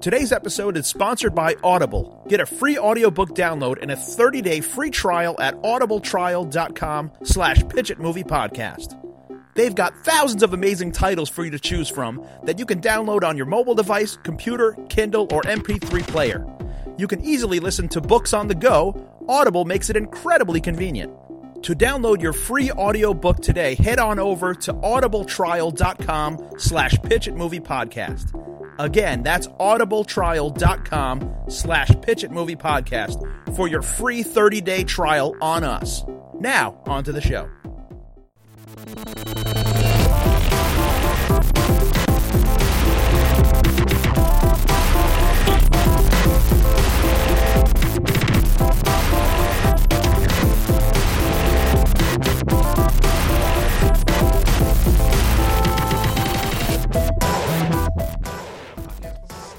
Today's episode is sponsored by Audible. Get a free audiobook download and a 30-day free trial at audibletrial.com slash pitchitmoviepodcast. They've got thousands of amazing titles for you to choose from that you can download on your mobile device, computer, Kindle, or MP3 player. You can easily listen to books on the go. Audible makes it incredibly convenient. To download your free audiobook today, head on over to audibletrial.com slash pitchitmoviepodcast. Again, that's audibletrial.com slash pitchitmoviepodcast for your free 30-day trial on us. Now, on to the show.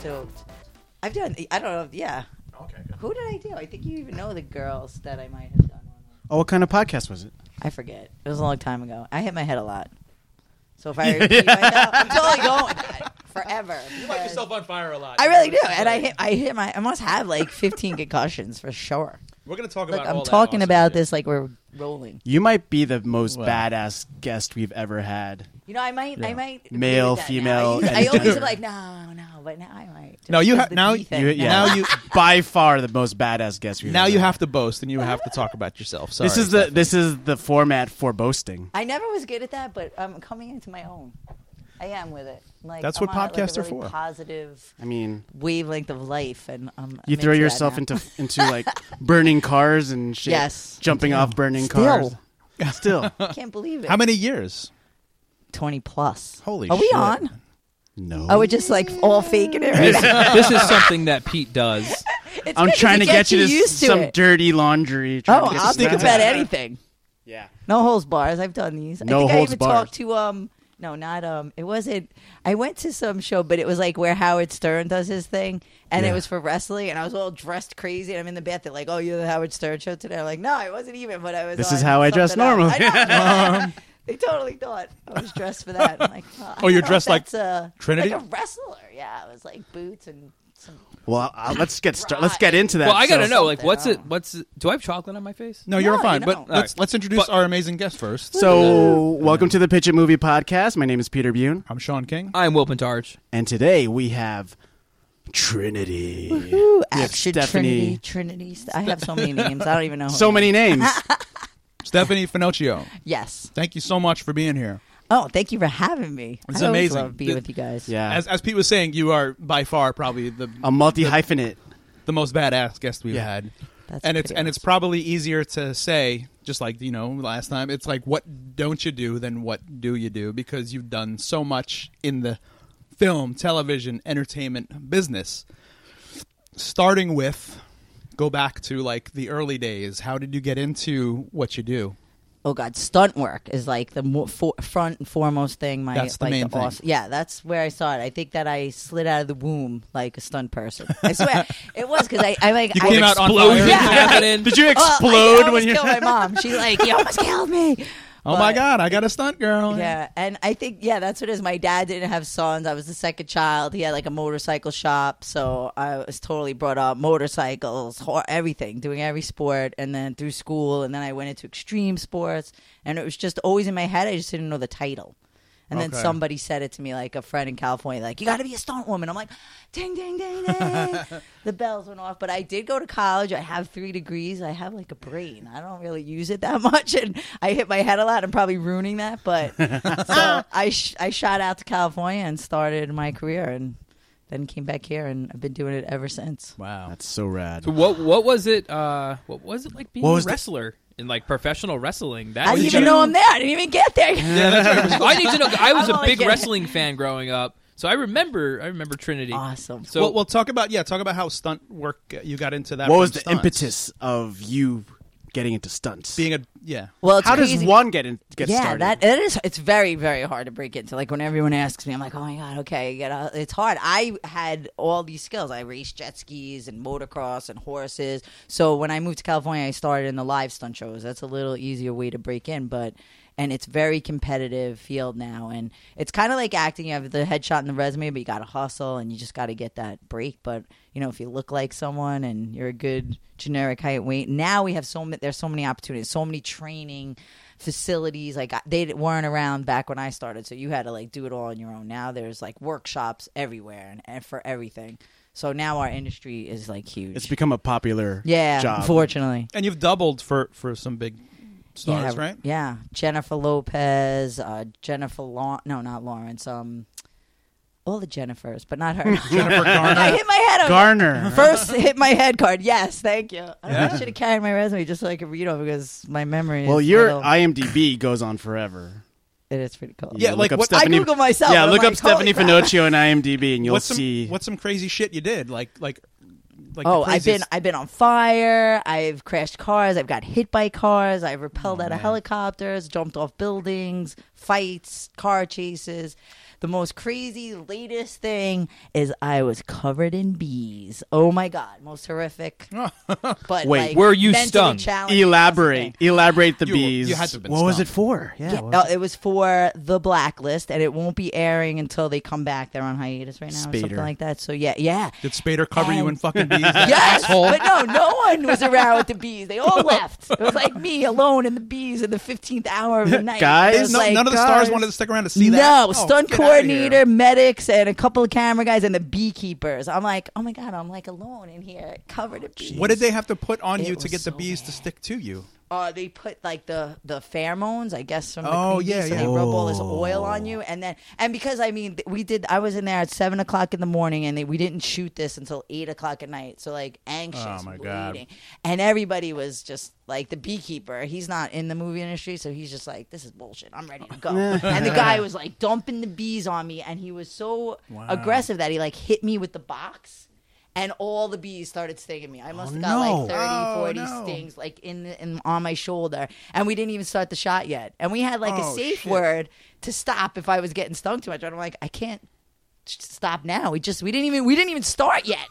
So I've done. I don't know. Yeah. Okay. Who did I do? I think you even know the girls that I might have done one. with. Oh, what kind of podcast was it? I forget. It was a long time ago. I hit my head a lot. So if I repeat myself, I'm totally going forever. light yourself on fire a lot. I really do, and I hit. I hit my. I must have like 15 concussions for sure. We're gonna talk Look, about. all I'm that talking awesome about shit. this like we're rolling. You might be the most badass guest we've ever had. You know, I might. I might. Male, do that now. female, I, used- I and always gender. am like no, no, but now I might. Just No, you because ha- the now bee thing. You, yeah, Now you- by far the most badass guest we've Now ever you had. have to boast and you have to talk about yourself. Sorry. This is the this is the format for boasting. I never was good at that, but I'm coming into my own. I am with it. Like That's I'm on, what like, a podcasts are really for. Positive I mean, wavelength of life, and um, you throw yourself into into like burning cars and shit. Yes. jumping off burning Still. cars. Still, I can't believe it. how many years? Twenty plus. Holy Are we shit. on? no. Are Oh, we just like all faking it? this, this is something that Pete does. It's I'm good 'cause trying it to get gets you to s- used to some it. dirty laundry. trying Oh, to get I'll you think to- about anything. Yeah, No holds bars. I've done these. I No think holds I even barred. talked to um no, not um it wasn't I went to some show but it was like where Howard Stern does his thing and it was for wrestling and I was all dressed crazy and I'm in the bath they're like, Oh, you're the Howard Stern show today. I'm like, No, I wasn't even but I was This on is how I dress something else." normally. I know. they totally thought I was dressed for that. I'm like, well, I Oh, you're don't know dressed if like that's a, Trinity? Like a wrestler, yeah. It was like boots and some well, uh, let's get start, let's get into that. Well, I gotta So- know, like, what's it? Something. What's it, do I have chocolate on my face? No, Oh, you're No, fine. you but don't. let's Alright. let's introduce But- our amazing guest first. So, welcome to the Pitch It Movie Podcast. My name is Peter Bune. I'm Sean King. I'm Will Pintarch. And today we have Trinity. Ooh, We have action Stephanie. Trinity, Trinity. I have so many names. I don't even know. who I So am. many names. Stephanie Finocchio. Yes. Thank you so much for being here. Oh, thank you for having me. It's I always amazing. Love being The- with you guys. yeah. As as Pete was saying, you are by far probably the a multi hyphenate. the most badass guest we've had. That's and it's pretty and it's probably easier to say, just like you know, last time. It's like what don't you do than what do you do because you've done so much in the film, television, entertainment business. Starting with, go back to like the early days. How did you get into what you do? Oh God, stunt work is like the mo- for, front and foremost thing. My That's the like main thing. awes- yeah, that's where I saw it. I think that I slid out of the womb like a stunt person. I swear it was because I, I like You I, came out on fire. Explosions Yeah. happening. Did you Oh, I explode almost when you killed my mom. She like you almost killed me. Oh my But- God, I got a stunt girl. Yeah, and I think yeah, that's what it is. My dad didn't have sons. I was the second child. He had like a motorcycle shop, so I was totally brought up motorcycles, ho- everything, doing every sport, and then through school, and then I went into extreme sports, and it was just always in my head. I just didn't know the title. And then Okay. somebody said it to me, like a friend in California, like, you got to be a stunt woman. I'm like, ding, ding, ding, ding. the bells went off. But I did go to college. I have three degrees. I have like a brain. I don't really use it that much. And I hit my head a lot. I'm probably ruining that. But so Ah, I, sh- I shot out to California and started my career and then came back here. And I've been doing it ever since. Wow. That's so rad. What What was it? Uh, what was it like being What a was the- wrestler in like professional wrestling? That I didn't you- even know I'm there. I didn't even get there. yet. Yeah, that's right. I need to know. I was I'm a only big kidding. wrestling fan growing up, so I remember. I remember Trinity. Awesome. So well, well, talk about yeah, talk about how stunt work uh, you got into that. What from was the stunts. impetus of you getting into stunts? Being a yeah. Well, it's How crazy. does one get in, get yeah, started? that it is. It's very, very hard to break into. Like when everyone asks me, I'm like, oh my god, okay, you know, it's hard. I had all these skills. I raced jet skis and motocross and horses. So when I moved to California, I started in the live stunt shows. That's a little easier way to break in, but and it's very competitive field now. And it's kind of like acting. You have the headshot and the resume, but you got to hustle and you just got to get that break. But you know, if you look like someone and you're a good generic height and weight, now we have so many. There's so many opportunities, so many training facilities. Like I- they weren't around back when I started, so you had to like do it all on your own. Now there's like workshops everywhere and, and for everything. So now our industry is like huge. It's become a popular yeah, job. unfortunately. And you've doubled for for some big stars, yeah, right? Yeah, Jennifer Lopez, uh, Jennifer Law. No, not Lawrence. Um, all the Jennifers, but not her. Jennifer Garner. I hit my head. on- Garner. First hit my head card. Yes, thank you. I, should have carried my resume just so I could read over because my memory. Well, is your little- IMDb goes on forever. it is pretty cool. Yeah, You look like up what- I Stephanie, Google myself, Yeah, and I'm look up like, holy Stephanie crap. Finocchio and IMDb, and you'll what's some see. what's some crazy shit you did? Like like like Oh, the I've been craziest- I've been on fire. I've crashed cars. I've got hit by cars. I've repelled out of helicopters. Jumped off buildings. Fights. Car chases. The most crazy latest thing is I was covered in bees. Oh my god, most horrific. but Wait, like, were you mentally stung? challenging. Elaborate, elaborate the You were- bees. you had to have been what was stung. it for? Yeah, Yeah, what no, was it- it was for the blacklist, and it won't be airing until they come back. They're on hiatus right now, or something Spader. like that. So yeah, yeah. Did Spader cover you in And- fucking bees? that Yes, asshole? but no, no one was around with the bees. They all left. It was like me alone and the bees in the fifteenth hour of the night. Guys? It was No, like, none of the guys, stars wanted to stick around to see that. Oh, No, stunt coordinator, medics, and a couple of camera guys, and the beekeepers. I'm like, oh my god, I'm like alone in here, covered in bees. What did they have to put on It you to was get the so bees to bad. stick to you? uh, they put like the the pheromones, I guess, from the Oh, queen bee, yeah, so yeah. Oh. They rub all this oil on you, and then and because I mean, th- we did. I was in there at seven o'clock in the morning, and they, we didn't shoot this until eight o'clock at night. So like anxious, Oh, my bleeding, God. and everybody was just like the beekeeper. He's not in the movie industry, so he's just like, this is bullshit. I'm ready to go. and the guy was like dumping the bees on me, and he was so aggressive that he like hit me with the box. And all the bees started stinging me. I must have got no. like 30, Oh, 40 no. stings things, like in, in on my shoulder, and we didn't even start the shot yet. And we had like a Oh, safe shit. word to stop if I was getting stung too much. And I'm like, I can't s- stop now. We just we didn't even we didn't even start yet.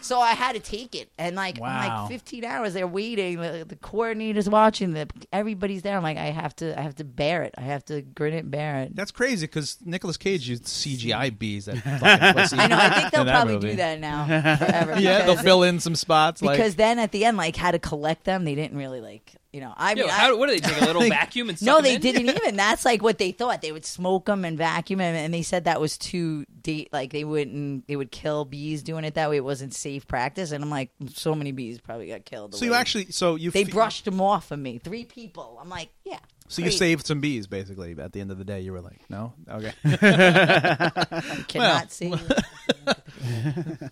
so I had to take it. And like I'm Wow. like 15 hours there waiting. The, the coordinator's watching. The everybody's there. I'm like, I have to I have to bear it. I have to grin it, bear it. That's crazy because Nicolas Cage used CGI bees. That fucking pussy. I know. I think they'll in that probably movie. do that now forever. Yeah, they'll because- fill in some spots. Like, because then at the end, like, how to collect them, they didn't really like, you know. I mean, Yo, I- how, what do they take a little vacuum and No, suck they them in? didn't even. That's like what they thought. They would smoke them and vacuum them, and they said that was too date. Like they wouldn't. They would kill bees doing it that way. It wasn't safe practice. And I'm like, so many bees probably got killed. the so you way- actually, so you they fe- brushed them off of me. Three people. I'm like, yeah. So you great. saved some bees, basically. At the end of the day, you were like, "No, okay." I cannot see.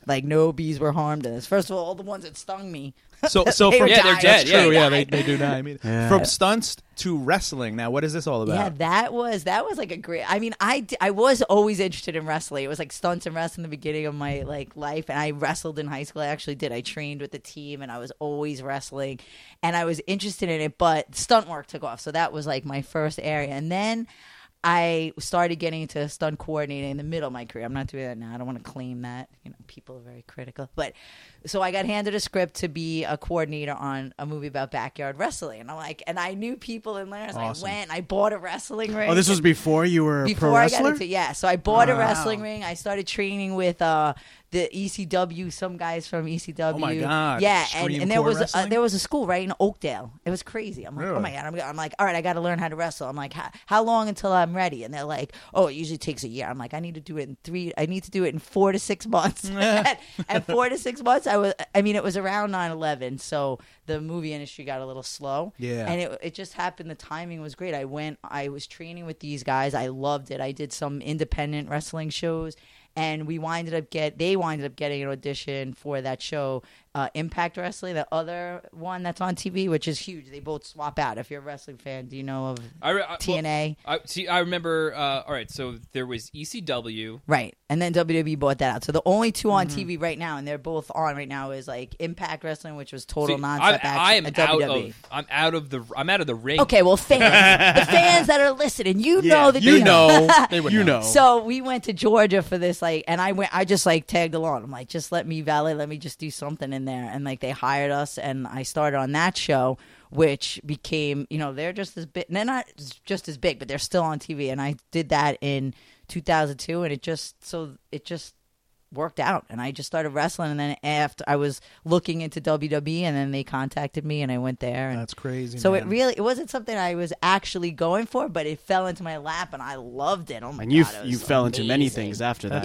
like no bees were harmed in this. First of all, all the ones that stung me. So, so They from were Yeah, they're dying. dead, That's yeah. true. They Yeah, they, died. they do die. I mean, from stunts to wrestling. Now, what is this all about? Yeah, that was that was like a great. I mean, I d- I was always interested in wrestling. It was like stunts and wrestling in the beginning of my like life, and I wrestled in high school. I actually did. I trained with the team, and I was always wrestling, and I was interested in it. But stunt work took off, so that was like my first area, and then. I started getting into stunt coordinating in the middle of my career. I'm not doing that now. I don't want to claim that. You know, people are very critical. But so I got handed a script to be a coordinator on a movie about backyard wrestling. And I'm like, and I knew people in there. So I went, I bought a wrestling ring. Oh, this was before you were a before pro I wrestler. got into yeah. So I bought a wrestling ring. I started training with uh the ECW, some guys from ECW. Oh, my God. Yeah, and, Extreme and there Core was uh, Wrestling? there was a school right in Oakdale. It was crazy. I'm like, oh my Really? god. I'm, I'm like, all right, I got to learn how to wrestle. I'm like, how, how long until I'm ready? And they're like, oh, it usually takes a year. I'm like, I need to do it in three. I need to do it in four to six months. and, and four to six months, I was. I mean, it was around 9/11, so the movie industry got a little slow. Yeah. and it, it just happened. The timing was great. I went. I was training with these guys. I loved it. I did some independent wrestling shows. And we winded up get they winded up getting an audition for that show, uh, Impact Wrestling, the other one that's on TV, which is huge. They both swap out. If you're a wrestling fan, do you know of I re- I- Uh, well, TNA? I, see, I remember. Uh, all right, so there was E ECW. Right. And then WWE bought that out. So the only two on Mm-hmm. TV right now, and they're both on right now, is like Impact Wrestling, which was total See, nonstop I'm- action. I am and out WWE. of. I'm out of the. I'm out of the ring. E. Okay, well, fans, the fans that are listening, you Yeah, know that you they- know, they would you know. know. So we went to Georgia for this, like, and I went. I just like tagged along. I'm like, just let me valet, let me just do something in there. And like, they hired us, and I started on that show, which became, you know, they're just as big. They're not just as big, but they're still on TV. And I did that in 2002, and it just so it just worked out and I just started wrestling and then after I was looking into WWE and then they contacted me and I went there and That's crazy, So it man. really it wasn't something I was actually going for but it fell into my lap and I loved it. Oh my And you god. it was you fell into many amazing. things after that.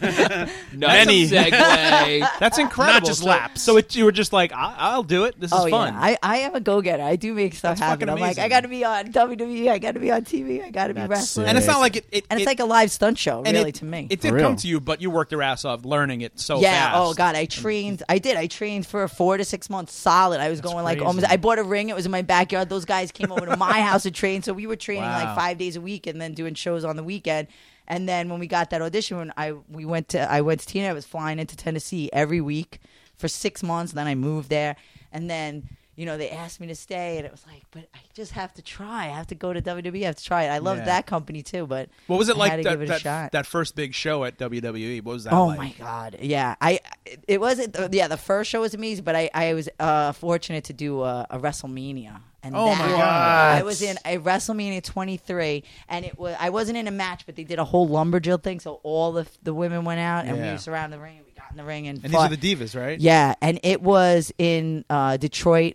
happened. Nice Many. segue. Uh, That's incredible. just So- laps. So it, you were just like, I, I'll do it. This is Oh fun. yeah, I, I am a go getter. I do make stuff That's happen. fucking I'm like, amazing. I got to be on WWE. I got to be on TV. I got to be That's wrestling. sick. and it's not like it. it And it's it- like a live stunt show, and really, it- to me. It did For real. come to you, but you worked your ass off learning it so yeah. fast. Oh God, I trained. I did. I trained for four to six months solid. I was going like crazy. almost. I bought a ring. It was in my backyard. Those guys came over to my house to train. So we were training Wow. like five days a week and then doing shows on the weekend. And then when we got that audition, when I we went to I went to Tina. I was flying into Tennessee every week for six months. Then I moved there, and then. You know, they asked me to stay, and it was like, but I just have to try. I have to go to WWE. I have to try it. I loved Yeah. that company too, but What was I it had like to that, give it a that, shot. that first big show at WWE? What was that Oh like? my god! Yeah, I it- it wasn't. the- Yeah, the first show was amazing, but I I was uh, fortunate to do a, a WrestleMania. And Oh, that- my God. I was in a WrestleMania 23, and it was I wasn't in a match, but they did a whole lumberjill thing, so all the the women went out, and we Yeah. were surrounded the ring, and we got in the ring, and, And fought. these are the divas, right? Yeah, and it was in uh, Detroit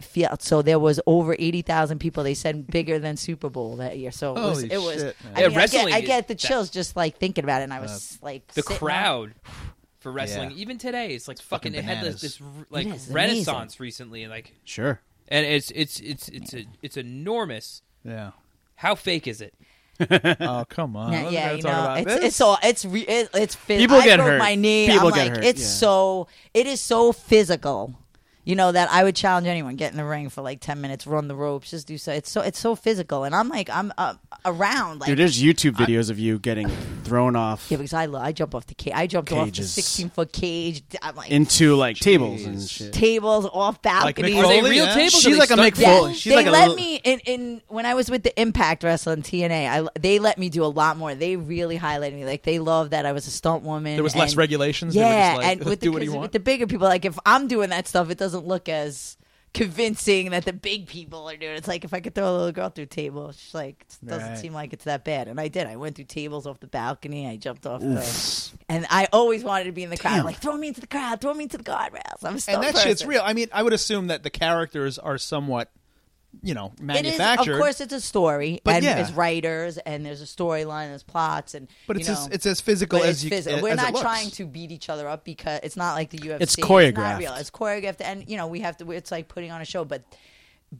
field, so there was over eighty thousand people. They said bigger than Super Bowl that year. So it was. Holy It was shit, man. I, mean, Yeah, I get- wrestling I is- get, the chills just like thinking about it, and I was like the sitting up. crowd for wrestling, Yeah. even today, it's like fucking. it fucking had this, bananas. this r- like It is, it's renaissance recently, and like, sure. and it's it's it's it's a, it's enormous. Yeah. How fake is it? Oh come on. Yeah, We're yeah, gonna you talk know, about it's this. it's all it's re, it, it's phys- People I get broke hurt. My knee. People I'm get like, hurt, It's yeah. so it is so physical. You know that I would challenge anyone get in the ring for like ten minutes, run the ropes, just do so. It's so it's so physical, and I'm like I'm uh, around like Dude, there's YouTube videos of you getting thrown off Yeah, because I lo- I jump off the cage. I jumped off the Cages. 16 foot cage. D- I'm like into like tables and shit. tables off balconies. Mick Are they Foley, real yeah. tables? She's like a Mick Yeah, Foley. She's they like a let little- me in, in when I was with the Impact Wrestling TNA. I they let me do a lot more. They really highlighted me. Like they loved that I was a stunt woman. There was less and- regulations. They were Yeah, just like, and with do the, what you 'cause want. with the bigger people, like if I'm doing that stuff, it doesn't look as convincing that the big people are doing. it. It's like if I could throw a little girl through a table, she's like it doesn't Right. seem like it's that bad. And I did. I went through tables off the balcony. I jumped off the, and I always wanted to be in the crowd. Like throw me into the crowd, throw me into the guardrails. I'm still and that shit's real. I mean, I would assume that the characters are somewhat, you know, It is, manufactured. of course, it's a story, But and yeah. there's writers, and there's a storyline, there's plots, and But you it's as, know. it's as physical But as it's you. physical. as We're it not looks. trying to beat each other up because it's not like the UFC. It's not choreographed. real. It's choreographed, and you know we have to. It's like putting on a show, but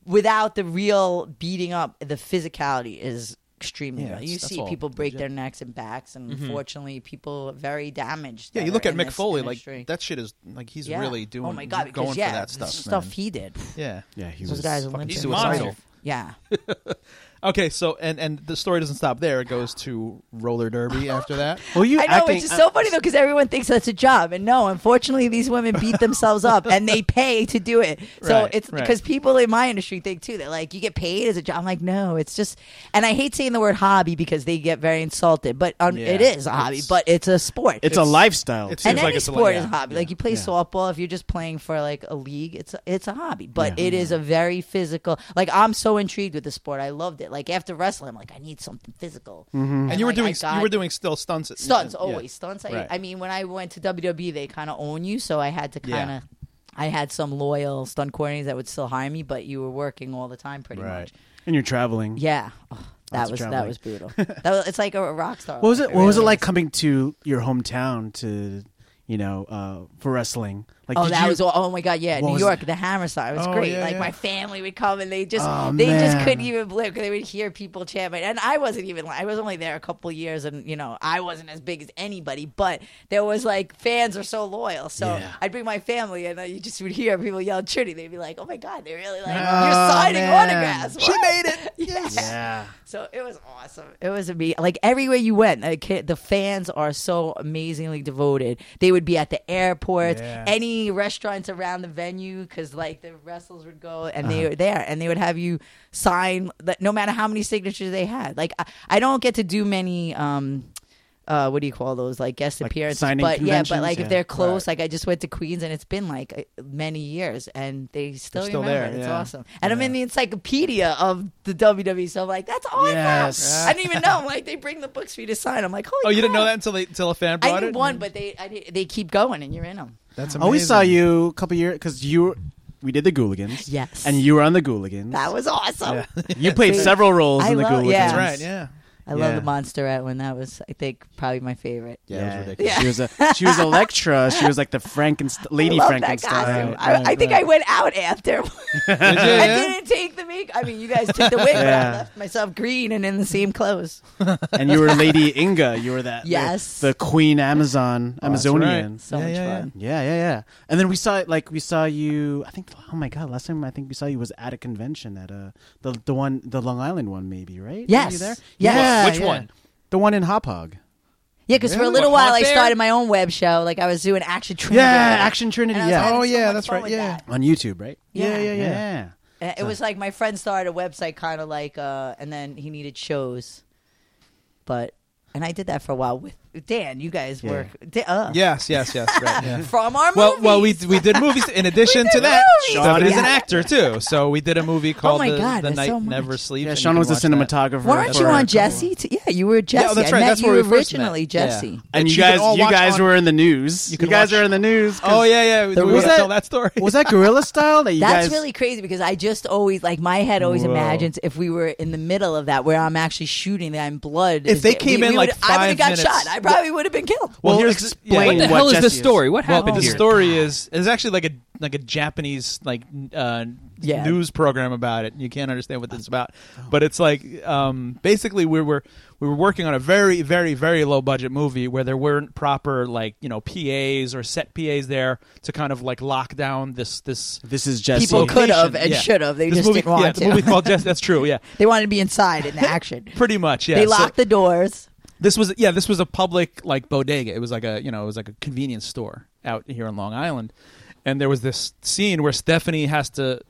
without the real beating up, the physicality is extremely. Yeah, real. it's- You that's see all people break legit. Mm-hmm. their necks and backs, and unfortunately, people are very damaged. Yeah, that you look are at in Mick this Foley. industry. Like that shit is like he's Yeah. really doing. Oh my god, because, going yeah, for that the stuff. stuff man. he did. yeah. Yeah, he Those was guys are fucking limping. suicidal. around. Yeah. Okay, so and and the story doesn't stop there. It goes to roller derby after that. Well, you I know, acting, uh, which uh, is so funny though, because everyone thinks that's a job, and no, unfortunately, these women beat themselves up and they pay to do it. So Right, it's right. because people in my industry think too. They're like, you get paid as a job. I'm like, no, it's just, and I hate saying the word hobby because they get very insulted. But um, Yeah, it is a hobby, it's- but it's a sport. it's, a lifestyle. it's- and seems any like it's a sport lot- is a yeah, hobby. Like you play softball, if you're just playing for like a league, it's a, it's a hobby. But it is a very physical. Like I'm so intrigued with the sport. I loved it. Like after wrestling, I'm like I need something physical. Mm-hmm. And, you were like, I doing you got- were doing still stunts. stunts Yeah. always stunts I, Right. I mean when i went to wwe they kind of own you so i had to Yeah. kind of i had some loyal stunt coordinators that would still hire me but you were working all the time pretty much Right. and you're traveling. yeah oh, that Lots of was that traveling. was brutal that was, it's like a, a rock star What was it? life, What was it really. like coming to your hometown to, you know, uh, for wrestling? Like, Oh, did that you- was all, oh my god, yeah, What New was York, that? the Hammer Star. It was Oh, great. yeah, like yeah. my family would come and they just Oh, they just man. couldn't even believe 'cause they would hear people chant. And I wasn't even I was only there a couple years, and you know I wasn't as big as anybody, but there was like fans are so loyal. So Yeah. I'd bring my family, and uh, you just would hear people yell Trinity. They'd be like, "Oh my god, they really like you're Oh, signing man. autographs." She What?" made it. Yes. Yeah. So it was awesome. It was amazing. Like everywhere you went, like, the fans are so amazingly devoted. They would be at the airports, Yeah. any restaurants around the venue, because like the wrestlers would go and they Uh-huh. were there, and they would have you sign. That no matter how many signatures they had, like I, I don't get to do many. um uh, what do you call those like guest Like appearances? signing but yeah, but conventions? like Yeah. if they're close, like I just went to Queens and it's been like uh, many years and they still, still remember. there, It's yeah. awesome. And I'm in the encyclopedia of the WWE, so I'm like, that's awesome. Yes. I didn't even know. I'm like, they bring the books for you to sign. I'm like, holy. Oh, you didn't know crap. that until they, until a fan I brought knew it. one, but they I, did- they keep going and you're in them. That's amazing. I always Oh, saw you a couple years because you were, we did the Gooligans. Yes. and you were on the Gooligans. That was awesome. Yeah. you played several roles I in the love- Gooligans. yeah. That's right. Yeah. I love Yeah. the Monsterette when that was, I think, probably my favorite. Yeah, it was ridiculous. ridiculous. She was a she was Electra. She was like the Frankenstein, Lady I love Frankenstein. That costume. Right, I, right, I think right. I went out after. Did you, I yeah? didn't take the wig. I mean, you guys took the wig, but I Yeah. left myself green and in the same clothes. and you were Lady Inga. You were that the- Yes. the, Queen Amazon Oh, that's Amazonian. right. So Yeah, much yeah, yeah. fun. Yeah, yeah, yeah. And then we saw like we saw you. I think oh my god, last time I think we saw you was at a convention at uh the the one the Long Island one maybe right? Yes. Were you there? Yes. Yeah, Which yeah. one? The one in Hop Hog. Yeah, because for a Really? little What, while Hot I Bear? started my own web show. Like I was doing action. Yeah, Trinity. Action Trinity. And I was Yeah, having Oh, so yeah, much that's fun right, with yeah. that. on YouTube, right? Yeah. yeah, yeah. yeah. And It was like my friend started a website, kind of like, uh, and then he needed shows, but and I did that for a while with Dan. You guys Yeah. work Da- uh, Yes. Yes. Yes. Right. Yeah. from our Well, movies. well, we we did movies. In addition to did that, movies, Sean is an yeah. actor too. So we did a movie called my The, God, the that's Night so much. Never Sleeps. Yeah, and Sean you was the can watch that. cinematographer. weren't for- you on Jesse? T- yeah, you were Jesse. oh, that's I right, met that's you where we first met. originally, Yeah. Jesse. And That you you can guys, all you watch guys on- were in the news. You, can guys watch- are in the news. 'cause- Oh yeah, yeah. We, we was gotta that- tell that story. was that guerrilla style that you That's guys? really crazy because I just always like my head always Whoa. imagines if we were in the middle of that where I'm actually shooting that I'm blood. If is they it- came in, would- like, I would have five got minutes- shot. I probably would have been killed. well, Well, here it's- explain yeah. What the what hell is Jesse the story? What Well, happened the here? story is is actually like a like a Japanese like n- uh, Yeah. news program about it. You can't understand what this is about, but it's like um, basically we were we were working on a very very very low budget movie where there weren't proper like you know PAs or set PAs there to kind of like lock down this this. This is Jesse. People could- could've and should've. They This just movie- didn't want yeah, to. The movie called Jess. That's true. Yeah, They wanted to be inside in the action. pretty much. Yeah, they So- locked the doors. this was yeah, this was a public like bodega. It was like a you know, it was like a convenience store out here on Long Island, and there was this scene where Stephanie has to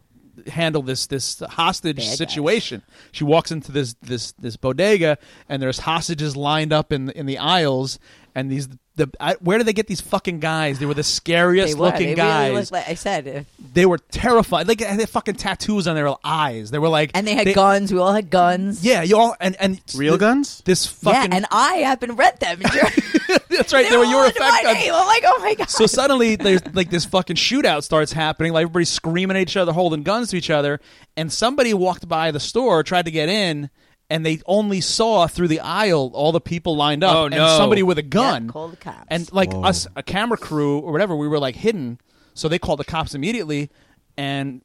handle this this hostage Bad guys. situation. She walks into this this this bodega, and there's hostages lined up in in the aisles, and these. The, I, where did they get these fucking guys? They were the scariest They were. looking They guys. really looked like I said, if, they were terrified. Like they had fucking tattoos on their eyes. They were like, and they had guns. We all had guns. Yeah, you all and and Real guns? This fucking yeah. And I happened to rent them. And you're, that's right. They, were all your under my effect guns. name. I'm like, oh my god. So suddenly, there's like this fucking shootout starts happening. Like everybody's screaming at each other, holding guns to each other. And somebody walked by the store, tried to get in, and they only saw through the aisle all the people lined up Oh, and no. somebody with a gun. call the cops. And like us, a camera crew or whatever, we were like hidden. So they called the cops immediately, and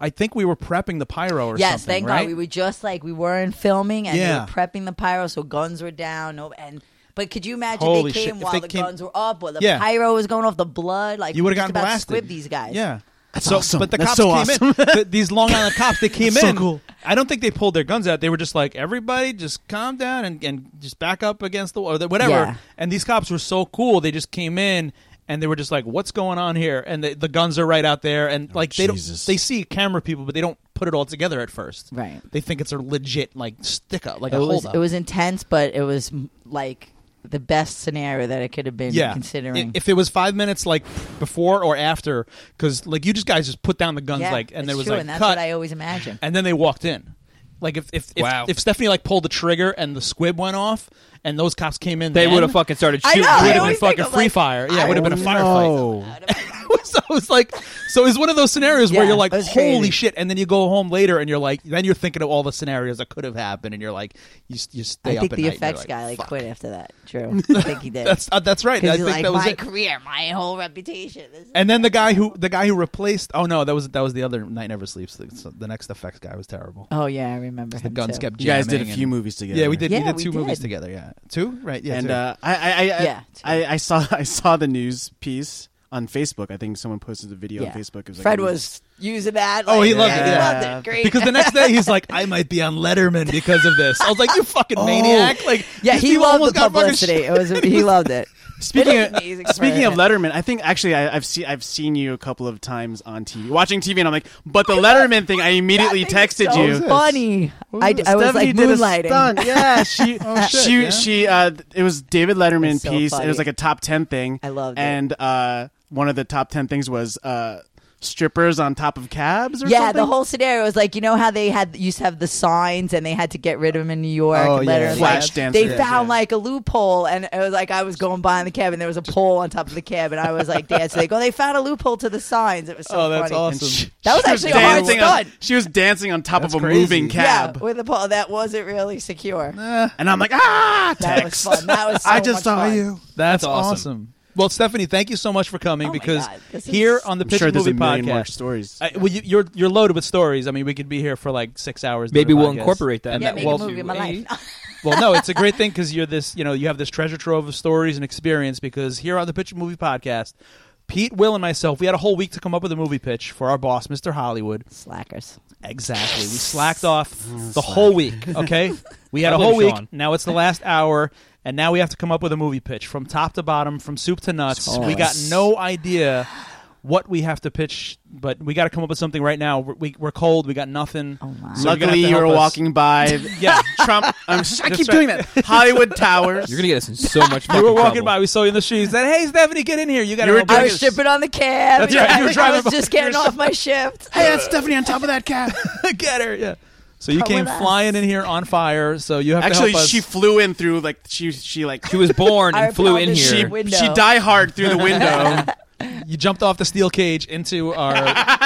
I think we were prepping the pyro or yes, something. thank right? God we were just like we weren't filming and Yeah. we were prepping the pyro, so guns were down. No, and but could you imagine Holy they shit, came if while they the came- guns were up, while the Yeah. pyro was going off, the blood like you would we have gotten just about blasted. Squibbed these guys. Yeah. That's awesome. But the That's cops so came in. The- these Long Island cops, they came That's so in. cool. I don't think they pulled their guns out. They were just like, everybody, just calm down and, and just back up against the wall, or whatever. Yeah. And these cops were so cool. They just came in and they were just like, what's going on here? And the, the guns are right out there. And like, they Oh, Jesus. don't, they see camera people, but they don't put it all together at first. Right. They think it's a legit like stick up, like it a was hold up. it was intense, but it was m- like the best scenario that it could have been. considering I- if it was five minutes like before or after, because like you just guys just put down the guns yeah, like and it's there was true, like and that's cut. what I always imagine. and then they walked in. Like if if if, Wow. if Stephanie like pulled the trigger and the squib went off and those cops came in, They would have fucking started I shooting. know, I It would have been always think fucking of, free like, fire. Yeah, it would have been a Oh, firefight. no. so it's like, so it's one of those scenarios where Yeah, you're like, that's holy crazy. shit, and then you go home later and you're like, then you're thinking of all the scenarios that could have happened, and you're like, you s- you stay I up think the at night and you're effects like, guy like fuck. quit after that. True, I think he did. That's uh, that's right. I Because think he's like that was my it. career, my whole reputation. This is And then the guy who the guy who replaced oh no that was that was the other night never sleeps the, so the next effects guy was terrible. Oh yeah, I remember. The him, guns too. kept You guys did a jamming few and- movies together. Yeah, we did. we Yeah, did we two movies did. together. Yeah, two right. Yeah, and two. uh, I, I, I, Yeah. I, I, saw I saw the news piece on Facebook. I think someone posted the video Yeah. on Facebook. It was like Fred a news- was use it bad. Oh, he Like, loved it, yeah. He loved it. Great. Because the next day he's like, I might be on Letterman because of this. I was like, you fucking Oh. maniac! Like, yeah, these he people loved the almost got fucking publicity. It was he loved it. Speaking It of, was amazing speaking of for him. Letterman, I think actually I, I've seen I've seen you a couple of times on TV, watching TV, and I'm like, but the Letterman thing, I immediately That thing is texted so you. Funny. I, Ooh, I was Stephanie like did a moonlighting. stunt. Yeah, she, Oh, shit, she, yeah. she. Uh, th- it was David Letterman That's so piece. and It was funny. like a top ten thing. I loved it. And uh, one of the top ten things was uh, strippers on top of cabs. Or Yeah, something? the whole scenario was like you know how they had used to have the signs and they had to get rid of them in New York. Oh, and yeah, let her- yeah. Flash like, dancers, They found yeah. like a loophole, and it was like I was going by in the cab, and there was a pole on top of the cab, and I was like dancing. They go, they found a loophole to the signs. It was so Oh, that's funny. awesome. That was actually a hard dancing on- stunt. she was dancing on top That's of a crazy. moving cab, Yeah, with the pole that wasn't really secure. and I'm like, ah, That text. was fun. That was. So I just much saw fun. you. That's, awesome. awesome. Well, Stephanie, thank you so much for coming Oh my because God, this is- here on the I'm Pitch sure and there's Movie a million podcast, more stories. I, well, you, you're you're loaded with stories. I mean, we could be here for like six hours. Maybe doing a we'll podcast. incorporate that. And Yeah, that make well, a movie of my eh? life. well, no, it's a great thing because you're this. You know, you have this treasure trove of stories and experience. Because here on the Pitch and Movie podcast, Pete, Will, and myself, we had a whole week to come up with a movie pitch for our boss, Mr. Hollywood. Slackers. Exactly. We slacked off the whole week, okay? We had I a whole blame week. Sean. Now it's the last hour, and now we have to come up with a movie pitch from top to bottom, from soup to nuts. We got no idea what we have to pitch, but we got to come up with something right now. We're, we, we're cold. We got nothing. Oh, my. you're gonna have Luckily, to you were help us. walking by. Yeah. Trump. I'm, I keep right. doing that. Hollywood Towers. You're gonna get us in so much. We fucking were walking trouble. by. We saw you in the street. Said, "Hey, Stephanie, get in here. You got You were to." I Biggest- was shipping on the cab. That's right, you were I driving by- was just getting off my shift. Hey, that's Stephanie on top of that cab. get her. Yeah. So you Come came with us. flying in here on fire. So you have Actually, to help us. she flew in through like she she like She was born I and flew in apologize. here. she Window. she die hard through the window. you jumped off the steel cage into our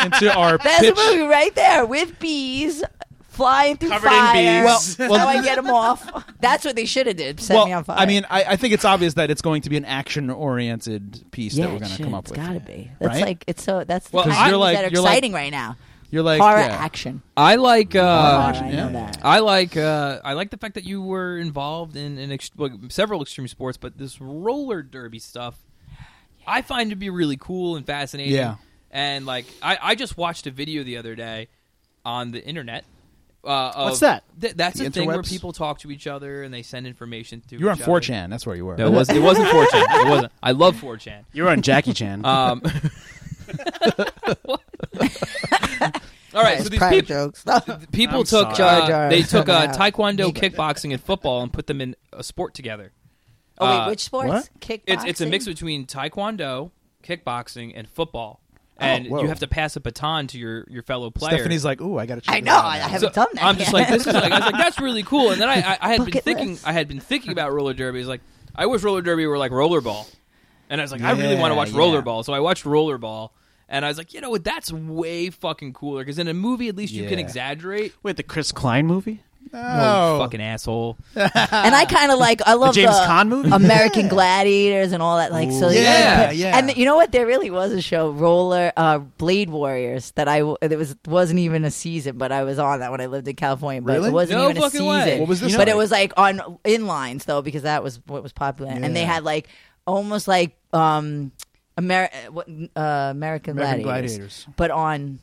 into our That's pitch. a movie right there with bees flying through Covered in fire. bees. Well- well- how I get them off. That's what they should have did. Set me on fire. I mean, I, I think it's obvious that it's going to be an action-oriented piece yeah, that we're it going to should. come up It's with. gotta be. That's Right? like it's so. That's Well, the 'cause kinds you're like- that are you're like- exciting right now. You're like Horror yeah. action. I like. Uh, I yeah. know that. I like uh, I like the fact that you were involved in, in ex- like, several extreme sports, but this roller derby stuff I find to be really cool and fascinating. Yeah. And like I, I just watched a video the other day on the internet. Uh, of, What's that? Th- that's The a thing where interwebs? people talk to each other and they send information to. You were on each other. 4chan. That's where you were. No, it was it wasn't 4chan. It wasn't. I love 4chan. you were on Jackie Chan. Um, All right, so these prior people, jokes. people I'm sorry. took uh, Jar Jar they is took coming uh, out. taekwondo, kickboxing, and football and put them in a sport together. oh uh, wait, which sports? what? Kickboxing. It's it's a mix between taekwondo, kickboxing, and football, and whoa. you have to pass a baton to your your fellow player. Stephanie's like, ooh, I got to check I it know. out I now." haven't So done that. I'm just yet. like this is like, I was like that's really cool, and then I I, I had been Bucket thinking list. I had been thinking about roller derby. It's like I wish roller derby were like rollerball, and I was like I really want to Yeah, watch yeah. rollerball, so I watched rollerball, and I was like you know what that's way fucking cooler because in a movie at least you can Yeah. exaggerate. Wait, the Chris Klein movie? Oh, Oh. fucking asshole! and I kind of like I love James Caan movie? American Gladiators and all that. Like so, you Yeah, Yeah, gotta put- yeah. And you know what? There really was a show, Roller uh, Blade Warriors, that I w- it was wasn't even a season, but I was on that when I lived in California. But Really? it wasn't No even a fucking season. way. What was this But like? it was like on inlines though, because that was what was popular, and they Yeah. had like almost like um, Amer- uh, what, uh, American, American Gladiators, Gladiators. but on.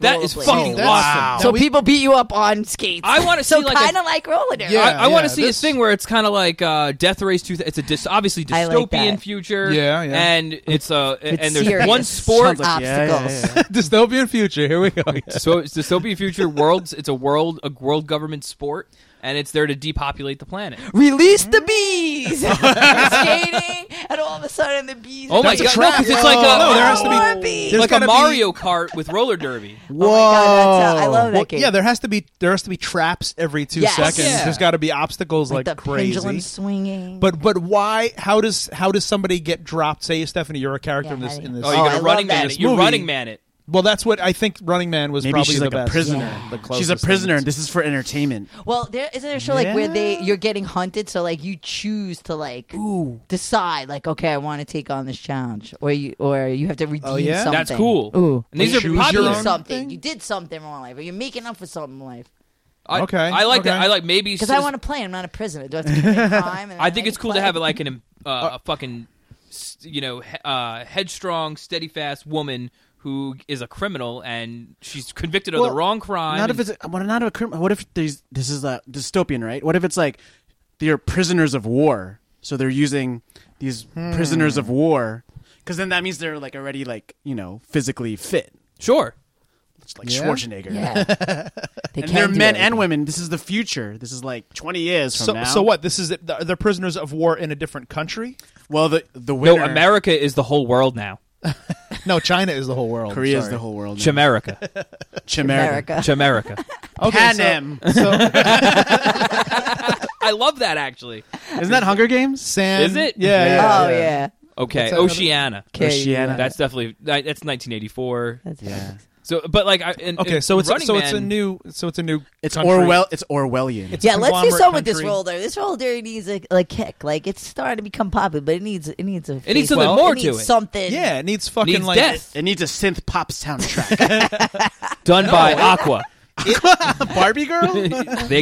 That is rollerblades. fucking Oh, that's- awesome. So we- people beat you up on skates. I wanna so see, like, a- kind of like roller derby. Yeah, I, I want to yeah, see this- a thing where it's kind of like uh, Death Race. Two, it's a dis- obviously I like dystopian that. future. Yeah, yeah. And it's uh, It's and there's serious. one sport. Sounds like- Obstacles. Dystopian future. Here we go. so it's dystopian future worlds. It's a world a world government sport, and it's there to depopulate the planet. release the bees skating and all of a sudden the bees Oh my That's a god! No, trap. 'cause it's like uh, a, No, there has has to to be- more bees Oh There's like a gotta be- Mario Kart with roller derby. Whoa! God, that's a- I love that Well, game. Yeah, there has to be there has to be traps every two Yes. seconds. Yeah. There's got to be obstacles like, the crazy. pendulum swinging But but why? How does how does somebody get dropped? Say Stephanie, you're a character Yeah, in this. how do In you- this Oh, Oh, you I got a love running man. that. it. You're Movie. running man it. well, that's what I think. Running Man was Maybe probably she's the like a best. prisoner. She's The a closest prisoner. thing. This is for entertainment. well there isn't there a show like where they you're getting hunted so like you choose to like decide like okay i want to take on this challenge or you or you have to redeem yeah? something Oh, That's cool. Ooh. And these Like, are choose your Redeem own popular. something thing? you did something wrong in life or you're making up for something in life I, Okay, I like that. okay. I like maybe because i want to play i'm not a prisoner do i have to commit crime and I then think get it's cool to fired? have like an uh, a fucking s- you know he- uh, headstrong, steady, fast woman who is a criminal and she's convicted of Well, the wrong crime. Not and- if it's well, not a crim- What if there's, this is a dystopian, right? What if it's like they're prisoners of war, so they're using these prisoners of war, because then that means they're like already like you know physically fit, sure. it's like Yeah. Schwarzenegger. Yeah. They And they're do men and everything. women. This is the future. This is like twenty years from So, now. so what? This is it- they're prisoners of war in a different country. Well, the the winner, No, America is the whole world now. No, China is the whole world. Korea is Sorry. the whole world. now. Chamerica. Chimerica. America. Chamerica. Okay, so- Panem. so- I love that actually. Isn't that Hunger Games? San- Is it? Yeah. yeah, Oh yeah. Okay, What's that other- Oceana. Okay. Oceania. That's definitely that- that's 1984. That's Yeah. So, but like, I, and, Okay, and so it's Running so it's a Man- new so it's a new It's country. Orwell. It's Orwellian. It's Yeah, let's do conglomerate something with this country. roller. This roller needs a, a kick. Like it's starting to become popular, but it needs it needs a needs face- something more it needs to it. Something. Yeah, it needs fucking Needs like death it needs a synth pop soundtrack. done by Aqua. Barbie girl. they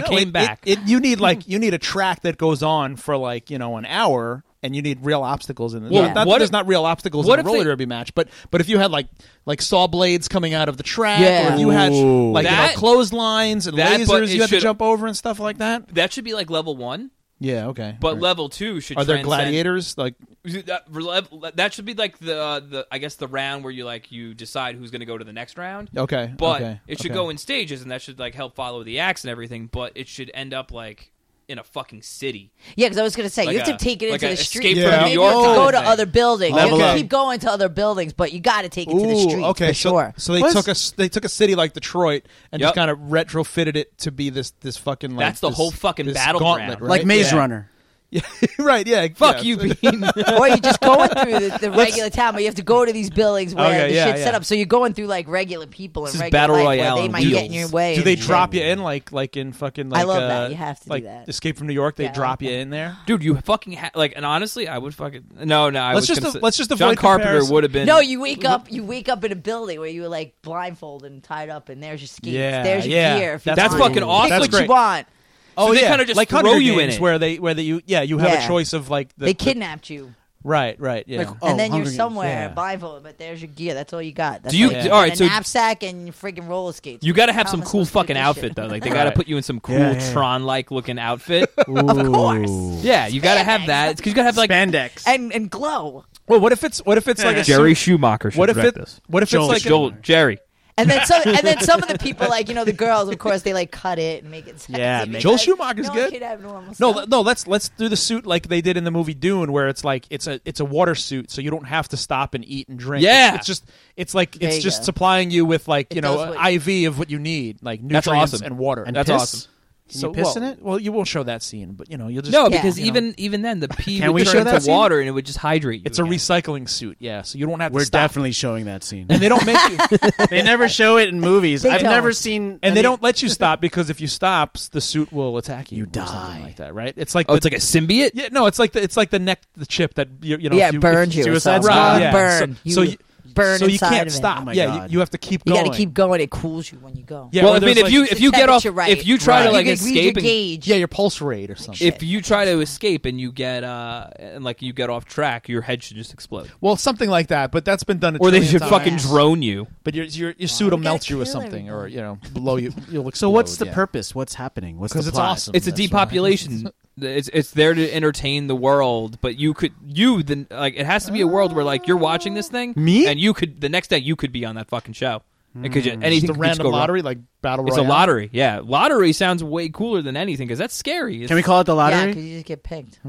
No, came it- back. It, it- you need like you need a track that goes on for like you know an hour, and you need real obstacles in it. Well, not that what there's if- not real obstacles what in a if roller they- derby match, but but if you had like like saw blades coming out of the track, or Yeah. if you had Ooh. like you That- know, clotheslines and that, but lasers, it you had to should- jump over and stuff like that. that should be like level one, Yeah, okay. but Right. level two should. are there transcend- gladiators? Like That, lev- that should be like the uh, the I guess the round where you like you decide who's going to go to the next round. okay, but Oh, okay, it should okay. go in stages, and that should like help follow the acts and everything. But it should end up like in a fucking city. Yeah, because I was gonna say Like you have a- to take it like into a the Escape street. from Yeah. New Maybe you York have to type go to thing. other buildings. Level you have up. to keep going to other buildings, but you got to take it to the Ooh, streets okay, for so, sure. So they Was- took a s- they took a city like Detroit and Yep. just kind of retrofitted it to be this this fucking like That's the this- whole fucking this battleground. gauntlet, right? like Maze Yeah. Runner. right? Yeah, Fuck yeah. you, Bean. or you're just going through the, the regular town, but you have to go to these buildings where Okay, the yeah, shit's set yeah. up. So you're going through like regular people and This is regular battle life royale where they on might get in wheels. your way. Do they and shit. drop you in like like in fucking like I love uh, that. You have to do like that. Escape from New York? They Yeah, I drop like you that. in there. dude. You fucking ha- like, and honestly, I would fucking no, no. I Let's was just gonna a- say- let's just John avoid Carpenter comparison. would have been No, you wake up. You wake up in a building where you were like blindfolded and tied up, and there's your skates. Yeah, there's your yeah. gear. If That's you That's want. fucking awesome. Pick That's what great. you want. So oh they yeah, kinda just like throw Hunger you in Games it. where they where they you yeah you have a Yeah. choice of like the, They the- kidnapped you, right right yeah Like, and Oh, then Hunger you're Games, somewhere yeah. blindfolded, but there's your gear. That's all you got. That's Do you- all d- got. all right, And so- a knapsack and your friggin' roller skates. You got to have How some am I cool supposed to Oh, do fucking this outfit shit? though. Like they got to Right. put you in some cool Yeah, yeah. Tron-like looking outfit. Of course. yeah, you got to have that. It's 'cause you got to have like Spandex. And and glow. well what if it's what if it's like a Jerry Schumacher. Should what if direct it this. what if Joel it's like Joel Jerry? And then some and then some of the people like, you know, the girls, of course, they like cut it and make it sexy. Yeah, make- Joel Schumacher's no good. One could have normal No, stuff. le- no. Let's let's do the suit like they did in the movie Dune, where it's like it's a it's a water suit, so you don't have to stop and eat and drink. Yeah. it's, it's just it's like There it's you just go. supplying you with like you It know does an what you- IV of what you need, like That's nutrients awesome. and water. And That's piss? awesome. Can so you piss well, in it? Well, you won't show that scene, but you know you'll just No, Yeah. because you know. even even then the pee Can would we turn show into that scene? water and it would just hydrate you. it's a again. recycling suit. Yeah, so you don't have We're to stop. definitely showing that scene. and they don't make you, they never show it in movies. They I've don't. never seen. and any- they don't let you stop because if you stop, the suit will attack you. You or something die. like that, right? It's like Oh, the- it's like a symbiote. yeah, no, it's like the it's like the neck the chip that you, you know Yeah, if you, it burns if you or Suicide something. Right, Squad. yeah. Burn. So, so you, burn so you inside can't of it. stop. Oh my yeah, God. You, you have to keep You going. got to keep going. It cools you when you go. Yeah, well, or I mean, there's, if you like- if you get off, Temperature right. if you try to Right. like you can read your escape, and, gauge. Yeah, your pulse rate or something. if you try to escape and you get uh and like you get off track, your head should just explode, well, something like that. But that's been done. A or they trillion should times. fucking Yeah. drone you. But your your, your suit will We gotta melt you or kill something, or everybody. you know, blow you. You'll explode. So what's the yeah. purpose? What's happening? What's the 'Cause it's plot? awesome. It's a That's right. depopulation. It's it's there to entertain the world, but you could you then like it has to be a world where like you're watching this thing, Me? and you could the next day you could be on that fucking show because you It's anything the could just random go wrong. lottery, like battle. It's a Royale? lottery, yeah. Lottery sounds way cooler than anything because that's scary. It's Can we call it the Yeah, lottery? because you just get picked.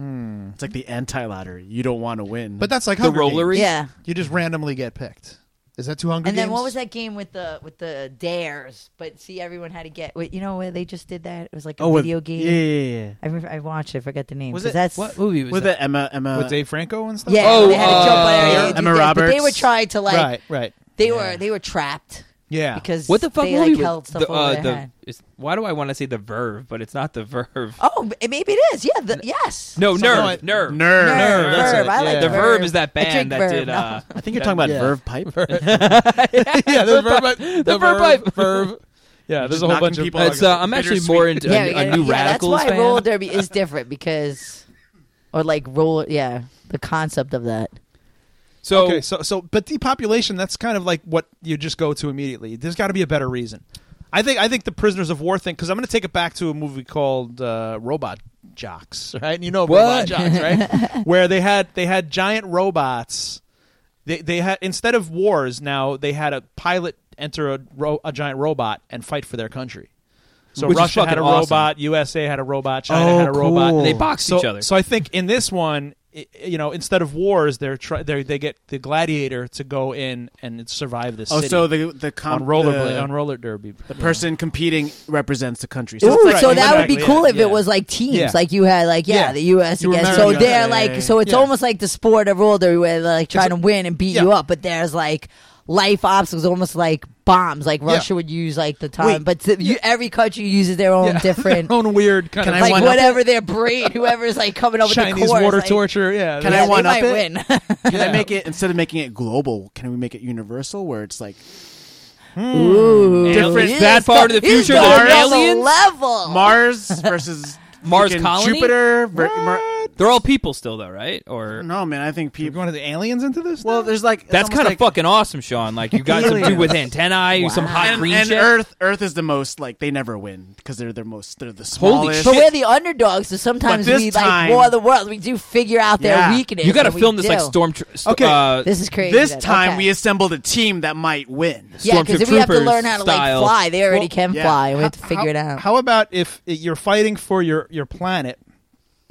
it's like the anti-lottery. You don't want to win. But that's like the Hunger rollery? Games. Yeah. You just randomly get picked. Is that too Hunger And Games? then what was that game with the with the dares? But see, everyone had to get. wait, You know where they just did that? It was like a oh, with, video game. Yeah, yeah, yeah. I remember I watched. it. I forget the name. Was 'cause it- That's What movie was With that? the Emma, Emma. with Dave Franco and stuff? yeah. Oh, they had to jump uh, by area and do Emma that, But they were Roberts. trying to like. right, right. They were they were trapped Yeah, because What the fuck they movie like was- held stuff the, over uh, their the- head. it's- Why do I want to say the Verve, but it's not the Verve. Oh, b- maybe it is. Yeah. The, yes. No, Something Nerve, like- Nerve, Uh, Nerve. Verve, that's Verve, it, I like yeah. The Verve. Verve is that I band drink that Verve, did. no. Uh, I think you're talking about Yeah. Verve Pipe. yeah. The Verve, the Verve Pipe. Verve. Yeah, there's a whole knocking bunch of. people it's, uh, I'm actually more into yeah, a, yeah, a new yeah, Radicals That's why fan. roller derby is different because, or like roller, yeah, the concept of that. So okay, so so but depopulation that's kind of like what you just go to immediately. There's got to be a better reason. I think I think the prisoners of war thing cuz I'm going to take it back to a movie called uh, Robot Jocks, right? And you know Robot What? Jocks, right? Where they had they had giant robots. They they had instead of wars now they had a pilot enter a, ro- a giant robot and fight for their country. So Which is Russia had fucking a awesome. robot, USA had a robot, China Oh, had a robot. cool. they boxed so, each other. So I think in this one, i- you know, instead of wars, they're try they they get the gladiator to go in and survive this Oh, city so the the com- on roller the, bla- on roller derby. the person competing represents the country. Ooh, So it's like, so right, that would be exactly, cool yeah, if yeah. it was like teams, Yeah. like you had, like yeah, Yeah. the U.S. You against. So remember the- they're yeah, like, yeah, so it's yeah. almost like the sport of roller derby, where they're like trying to win and beat yeah. you up, but there's like life obstacles, almost like bombs. Like Russia would use like the time, Wait. but th- you, every country uses their own different, Their own weird kind Can of I like one-up whatever their brain, whoever's like coming up with Chinese the course, water like, torture. Yeah, Can yeah, I they one-up might it? win. can I make it instead of making it global? Can we make it universal where it's like Different- It that is far go- to the it is future, going there's another aliens? level. Mars versus Mars freaking colony? Jupiter? Ver- Mar- They're all people still, though, right? Or no, man, I think you people. wanted the aliens into this? Well, there's like it's that's almost kind of like, fucking awesome, Sean. Like you got some dude Aliens. with antennae, some hot and, green and shit. Earth, Earth is the most like they never win because they're the most they're the Holy smallest. But we're the underdogs, so sometimes this we like time- war the world. We do figure out their Yeah. weakness. you got to and we film this like do. storm. Tr- st- Okay. uh, This is crazy. this then. time Okay. we assembled a team that might win. yeah, because we have to Stormtroopers learn how to like style. fly. They already Well, can yeah. fly. and We have to How- figure how- it out. How about if you're fighting for your your planet,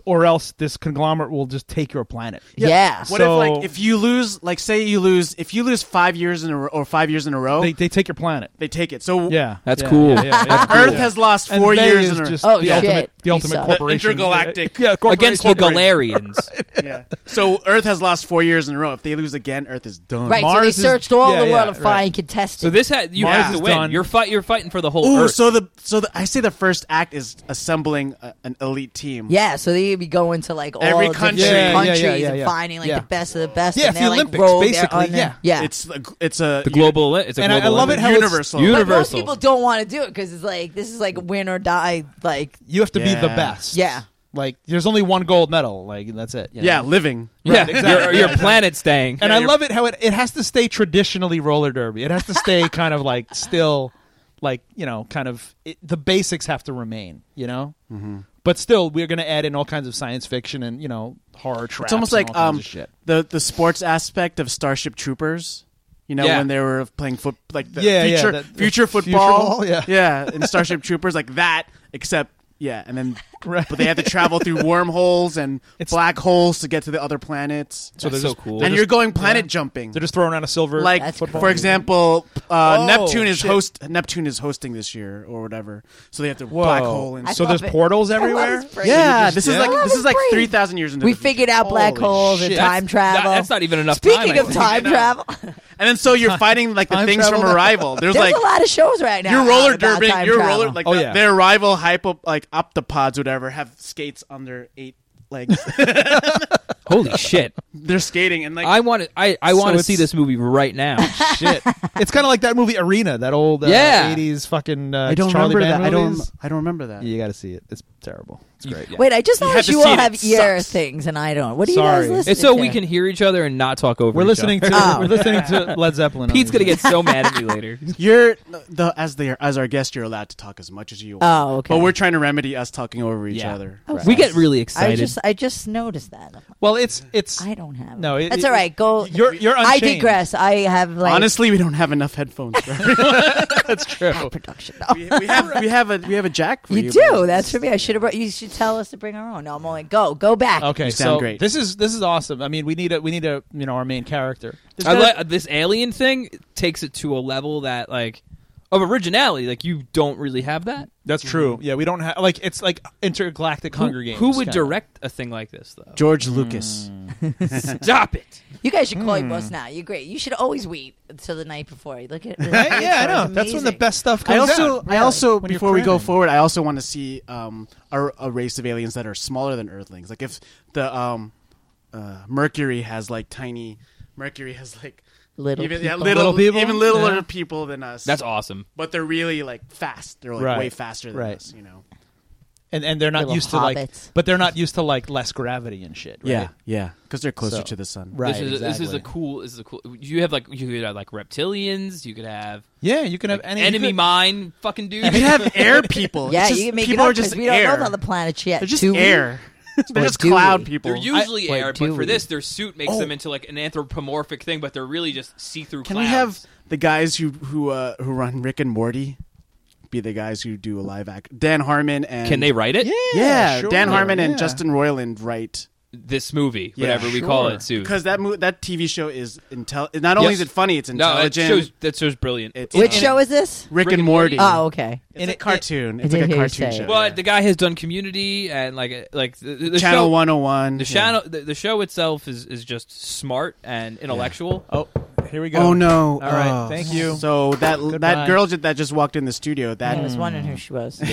or else this conglomerate will just take your planet? yeah. What So- if like if you lose, like say you lose, if you lose five years in a row or five years in a row, They they, they take your planet. take it. So Yeah, That's yeah, cool. yeah, yeah, yeah. Earth has lost And four they years is in a row. just Oh, the shit. ultimate, the We ultimate suck. corporation, Intergalactic. yeah, against the corporation. Galarians. Yeah. So Earth has lost four years in a row. If they lose again, Earth is done. right. so Mars they is- searched all yeah, the world yeah, to find so contestants. this had you Mars have is to win. done. You're fight. You're fighting for the whole Ooh, Earth. so the so the, I say the first act is assembling a, an elite team. yeah, so they would be going to like all Every different country. Yeah, yeah, countries yeah, yeah, and yeah. finding like Yeah. the best of the best. Yeah, and it's they're, the like, Olympics, rolled there basically, on the- yeah. yeah. It's a, it's a the global. It's a And I- I global. love it how it's- universal. but you- most Universal. people don't want to do it because it's like this is like win or die. Like You have to be the Yeah. best. Yeah. Like there's only one gold medal. Like that's it. you know? yeah, living. yeah, exactly. your, your planet staying. And Yeah, I you're- love it how it, it has to stay traditionally roller derby. It has to stay kind of like still, like you know, kind of it, the basics have to remain. You know, mm-hmm. but still we're going to add in all kinds of science fiction and you know horror traps. It's almost and like all kinds um of shit. the the sports aspect of Starship Troopers. You know Yeah. when they were playing foot like the Yeah, yeah, future that- future future football. ball, yeah. yeah, and Starship Troopers like that. Except yeah, and then but they have to travel through wormholes and It's- black holes to get to the other planets. so they're so just- cool. they're and just- you're going planet jumping. They're just throwing around a silver like That's for football. for example, uh, Oh, Neptune is shit. host Neptune is hosting this year or whatever. So they have to Whoa. black hole and I so love there's it. portals I love everywhere. his brain. yeah, just- Oh, this yeah. is like this is like Love it. three thousand years into we the future. figured out black Holy holes and shit. time travel. That- that's not even enough. Speaking time, I of think. time travel, And then so you're fighting like the Time things from travel? Arrival. There's, there's like a lot of shows right now. your out roller about derby, time your travel. roller like Oh, the, yeah. their rival hypo like optopods whatever have skates on their eight legs. holy shit. They're skating and like I want to. I, I So want to it's- see this movie right now. Shit, it's kind of like that movie Arena, that old uh, Yeah. 80s fucking. Uh, I don't Charlie remember Band that. I don't movies. I don't remember that. You got to see it. It's terrible. It's great. Yeah. Wait, I just You noticed have to you see all it. have It ear sucks. things and I don't. What do you Sorry. guys listen It's so to? we can hear each other and not talk over. We're each listening other. to Oh. we're listening to Led Zeppelin. on Pete's the- gonna get so mad at me later. You're the as the as our guest, you're allowed to talk as much as you want. Oh, okay. But we're trying to remedy us talking over each Yeah. other. Okay. We get really excited. I just I just noticed that. Well, it's it's. I don't have. No, it. it- that's it- all right. Go. You're you're. I unchained. digress. I have like Honestly, we don't have enough headphones. For everyone. That's true. bad production. though. we, we have we have a we have a jack for you. you do. That's for me. I should have. brought You should tell us to bring our own. No, I'm only go go back. Okay, You sound so great. this is this is awesome. I mean, we need a we need a you know our main character. I like this alien thing takes it to a level that like of originality. Like you don't really have that. That's true. Mhm. Yeah, we don't have like it's like intergalactic Who- Hunger Games. Who would kinda. direct a thing like this though? George Lucas. Stop it. You guys should call your boss now. You're great. You should always wait until the night before. You Look at Right? Yeah, I know. That's when the best stuff I comes also out. I also When you're before we go cramming. forward, I also want to see um a, a race of aliens that are smaller than Earthlings. Like if the um uh, Mercury has like tiny Mercury has like Little even, yeah, people. little, Little people? even littler Yeah. people than us. That's awesome. but they're really like fast. They're like Right. way faster than Right. us. You know. and and they're not Little used to like, hobbits. but they're not used to like less gravity and shit. Right? Yeah, yeah, because they're closer So- to the sun. Right. this is this is exactly. a cool. This is a cool. You have like you could have like reptilians. You could have Yeah, you can have any you enemy could- mine fucking dude. You have air people. Yeah, It's just- you can make people it are up just because we air. don't know about the planets yet. They're just do we? air. They're Or just do cloud we? people. They're usually I- air, Wait, but do for we? this, their suit makes Oh. them into like an anthropomorphic thing. But they're really just see through. Can we have the guys who who uh, who run Rick and Morty be the guys who do a live act? Dan Harmon and Can they write it? Yeah, Yeah, sure, Dan Harmon and yeah. Justin Roiland write This movie, Yeah, whatever we call sure. it, too. because that mo- that TV show is intel. Not only Yes. is it funny, it's No, that intelligent. shows that show's brilliant. It's- Which Uh, show is this? Mm. Rick, and Morty. Oh, okay. It's And a it- cartoon. I it's did like a hear you cartoon say show. it. but the guy has done Community and like like the, the Channel show, 101. The, channel, the, the show itself is, is just smart and intellectual. Oh, here we go. Oh no! All right, Oh. thank you. So that Goodbye. that girl ju- that just walked in the studio that I was wondering who she was. Mm.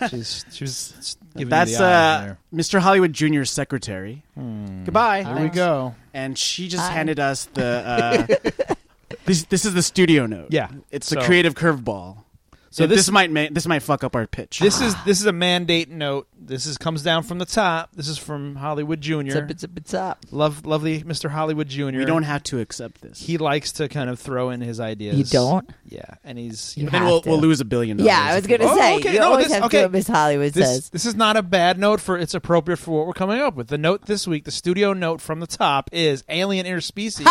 yeah, she's she was giving that's me the eye Hmm. uh, there. Mr. Hollywood Jr.'s secretary. Goodbye. Here we go. And she just Hi. handed us the. Uh, this this is the studio note. Yeah. it's So- the creative curveball. So So this, this- might ma- this might fuck up our pitch. This is this is a mandate note. This is comes down from the top. This is from Hollywood It's Jr. up, it's up, it's up. Love, lovely Mr. Hollywood Jr. we don't have to accept this. He likes to kind of throw in his ideas. You don't? Yeah, and he's You but then have we'll, to. we'll lose a billion. dollars. Yeah, I was if we- gonna Oh, say okay, you no, always this- have okay. to do what Miss Hollywood this, says. this is not a bad note for it's appropriate for what we're coming up with. The note this week, the studio note from the top is alien interspecies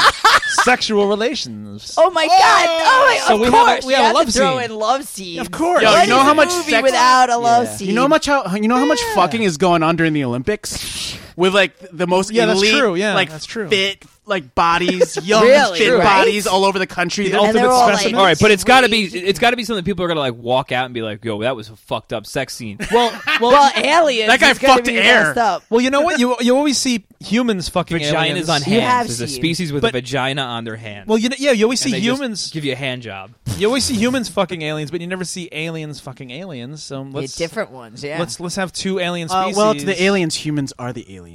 sexual relations. Oh my god! Oh my, So of we have a- course, we you have a have, love to throw scene. in love scene. Of course. Yo, What you know is how a much movie sex- without a love Yeah. scene? You know how much how you know how much fucking is going on during the Olympics with like the most Yeah, that's elite, true, yeah, like that's true. fit like bodies, young Really, fit right? bodies all over the country. The They're- And they're ultimate all like- specimen. All right, but it's got to be it's got to be something people are gonna like walk out and be like, "Yo, that was a fucked up sex scene." well, well, Well, aliens. That guy is gonna fucked be air. messed Up. well, you know what? You you always see humans fucking aliens. Vaginas on You have hands is a seen. species with But- a vagina on their hand. Well, you know, yeah, you always And see they just humans. give you a hand job. You always see humans fucking aliens, but you never see aliens fucking aliens. So Yeah, let's different ones. Yeah. Let's let's have two alien Uh, species. well, it's the aliens. Humans are the aliens.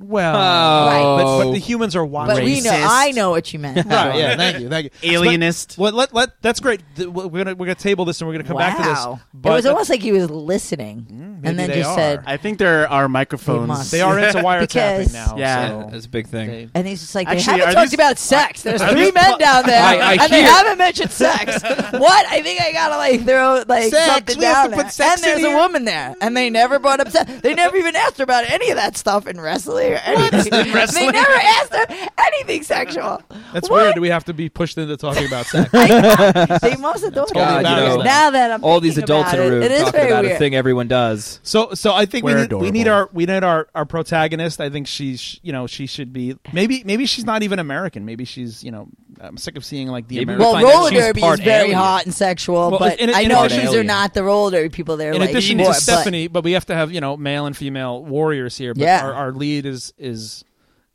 Well, Right. but, but the humans are wild. but we know. racist. I know what you meant. Right, yeah, thank you, thank you. Alienist. Well, let, let, that's great. Th- We're gonna we're gonna table this and we're gonna come back to Wow. this. But Mm, it was almost like he was listening, and then they just are. said, I think there are microphones. must. they are into wiretapping Because- now. Yeah. so- that's a big thing. They- and he's just like, Actually, they are haven't talked these- about sex. There's are three these- men down there, I- I and they hear- haven't mentioned sex. what? I think I gotta like throw like Sex, something we have down to there. put sex and there's in a here? woman there, and they never brought up sex. They never even asked her about any of that stuff in wrestling or anything. wrestling? They never asked her anything sexual. That's What? weird. We have to be pushed into talking about sex. They must have thought totally about it. bad. Now that I'm All these thinking adults in about a it, room it is talking very about a weird. thing everyone does. So, so I think we We're need, we adorable. need our we need our our protagonist. I think she's sh- you know she should be maybe maybe she's not even American. Maybe she's you know I'm sick of seeing like the Maybe American. we'll Well, find out roller she's derby part is very alien. hot and sexual, Well, but in- in I know addition- these are not the roller derby people. They're in like addition more, to but- Stephanie, but we have to have you know male and female warriors here. But Yeah. our, our lead is is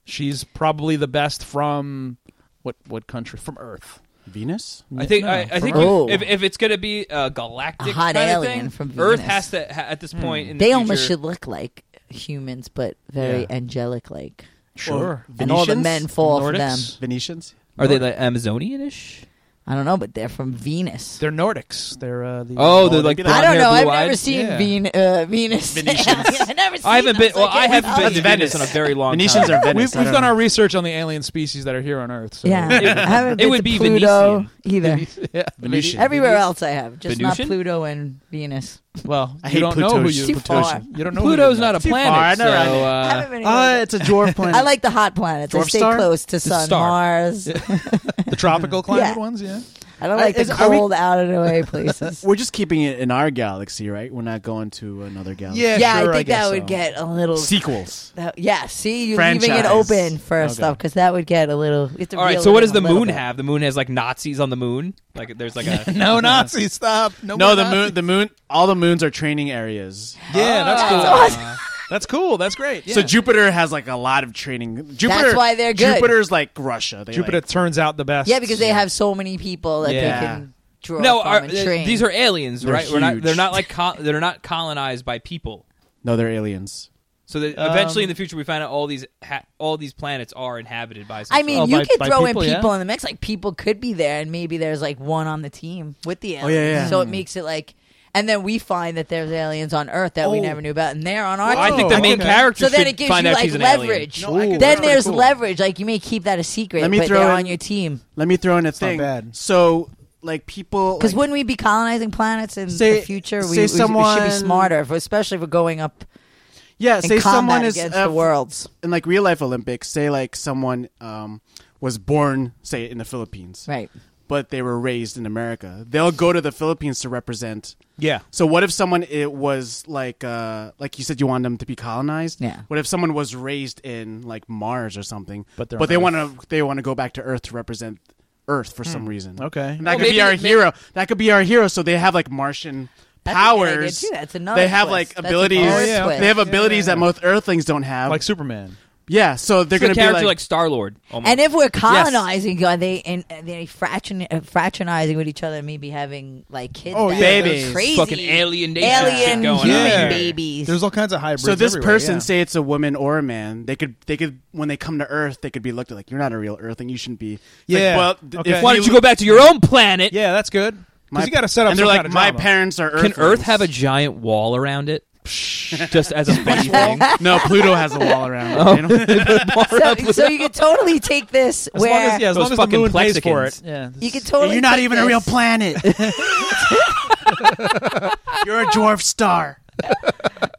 she's probably the best from what what country from Earth. Venus. I think I, I from think Earth. Earth. if, if it's gonna be a galactic A hot kind of alien thing, from Venus. Earth Hmm. has to ha- at this point in the they almost future- should look like humans, but very Yeah. angelic like. sure. Or And all the Venetians? men fall for them. Nordics? Venetians. Are they like Amazonianish? I don't know, but they're from Venus. They're Nordics. They're uh, the Oh, they're they'd like be blonde I don't hair, know. I've blue-eyed? never seen Yeah. Ven- uh, Venus. I've never seen I haven't them, been. so Well, I can't haven't tell been to you. Venus in a very long Venetians time. are Venice. We've, I we've don't done know. our research on the alien species that are here on Earth. So. Yeah, I haven't It been would to be Pluto either. yeah. Venetian. Everywhere else, I have just Venusian? not Pluto and Venus. Well, I you hate don't know Pluto. who It's you too far. You don't know who Pluto's you not a Too far, I planet, so never- I uh, haven't been. Ah, it's a dwarf planet. I like the hot planets. I Dwarf stay star? close to Sun, star. Mars. the tropical climate Yeah. ones. Yeah. I don't like Uh, is- the are we- cold, out of the way places. We're just keeping it in our galaxy, right? We're not going to another galaxy. Yeah. yeah, sure, I think guess that so. would get a little. Sequels. that- yeah, see, you're leaving it Franchise. open for Okay. stuff because that would get a little. you have to all right. reel So it what in does a the little moon bit. have? The moon has like Nazis on the moon. Like there's like a No Nazi, stop. No, No, more the Nazi. moon. The moon. All the moons are training areas. Yeah, that's cool. Uh, That's That's cool. That's great. So Yeah. Jupiter has like a lot of training. Jupiter. why they're good. Jupiter's like Russia. They Jupiter Like, turns out the best. Yeah, because they have so many people that Yeah. they can draw no. from Are, uh, and train. these are aliens, They're right? We're not. huge. They're not like. col they're not colonized by people. no, they're aliens. So that Um, eventually in the future we find out all these ha- all these planets are inhabited by. Some I sort mean, Oh, you by- could by throw people, in yeah. people in the mix. Like people could be there, and maybe there's like one on the team with the aliens. yeah, yeah. So it makes it like, and then we find that there's aliens on Earth that we Oh. never knew about, and they're on our. I I team. think the Oh, main okay. character So then should it gives find you out like she's an alien. leverage. No, I could- that's then pretty there's cool. leverage. Like you may keep that a secret, Let me but throw they're in- on your team. Let me throw in a thing. bad. So like people Because like, wouldn't we be colonizing planets in Say- the future? We, say we- we should someone- be smarter, if- especially if we're going up yeah, in say someone combat is against uh, the worlds. in like real life Olympics. Say like someone um, was born say in the Philippines, Right. But they were raised in America. They'll go to the Philippines to represent. Yeah. So what if someone it was like uh like you said you want them to be colonized? Yeah. What if someone was raised in like Mars or something? But they're but on they Earth. want to they want to go back to Earth to represent Earth for Hmm. some reason. Okay. And that Well, could maybe- be our maybe- hero. That could be our hero. So they have like Martian That's a good idea, powers. too. That's another They have twist. like That's abilities. another Oh, yeah, twist. They have okay. abilities Yeah. that most Earthlings don't have. like Superman. yeah. So they're She's a going to character be like, like. Star Lord. And if we're colonizing, are they in, are they fratrion, uh, fraternizing with each other and maybe having like kids? Oh, that yeah, are babies. crazy Fucking alienation alien shit going on human here. babies. There's all kinds of hybrids. So this everywhere, person, yeah. say it's a woman or a man, they could they could when they come to Earth, they could be looked at like you're not a real Earthling. You shouldn't be. It's like, Yeah. well, th- Okay. if why don't you go back to your own planet? yeah, that's good. my- Because you got to set up. And they're some like, kind of my drama. parents are. Can Earthlings. Earth have a giant wall around it? Just as a funny thing. no, Pluto has a wall around. it. They don't- so, so you could totally take this As where long as, yeah, as Those long as the fucking moon pays for Plexicans. it. Yeah. you could totally. you're not take even this. a real planet. you're a dwarf star.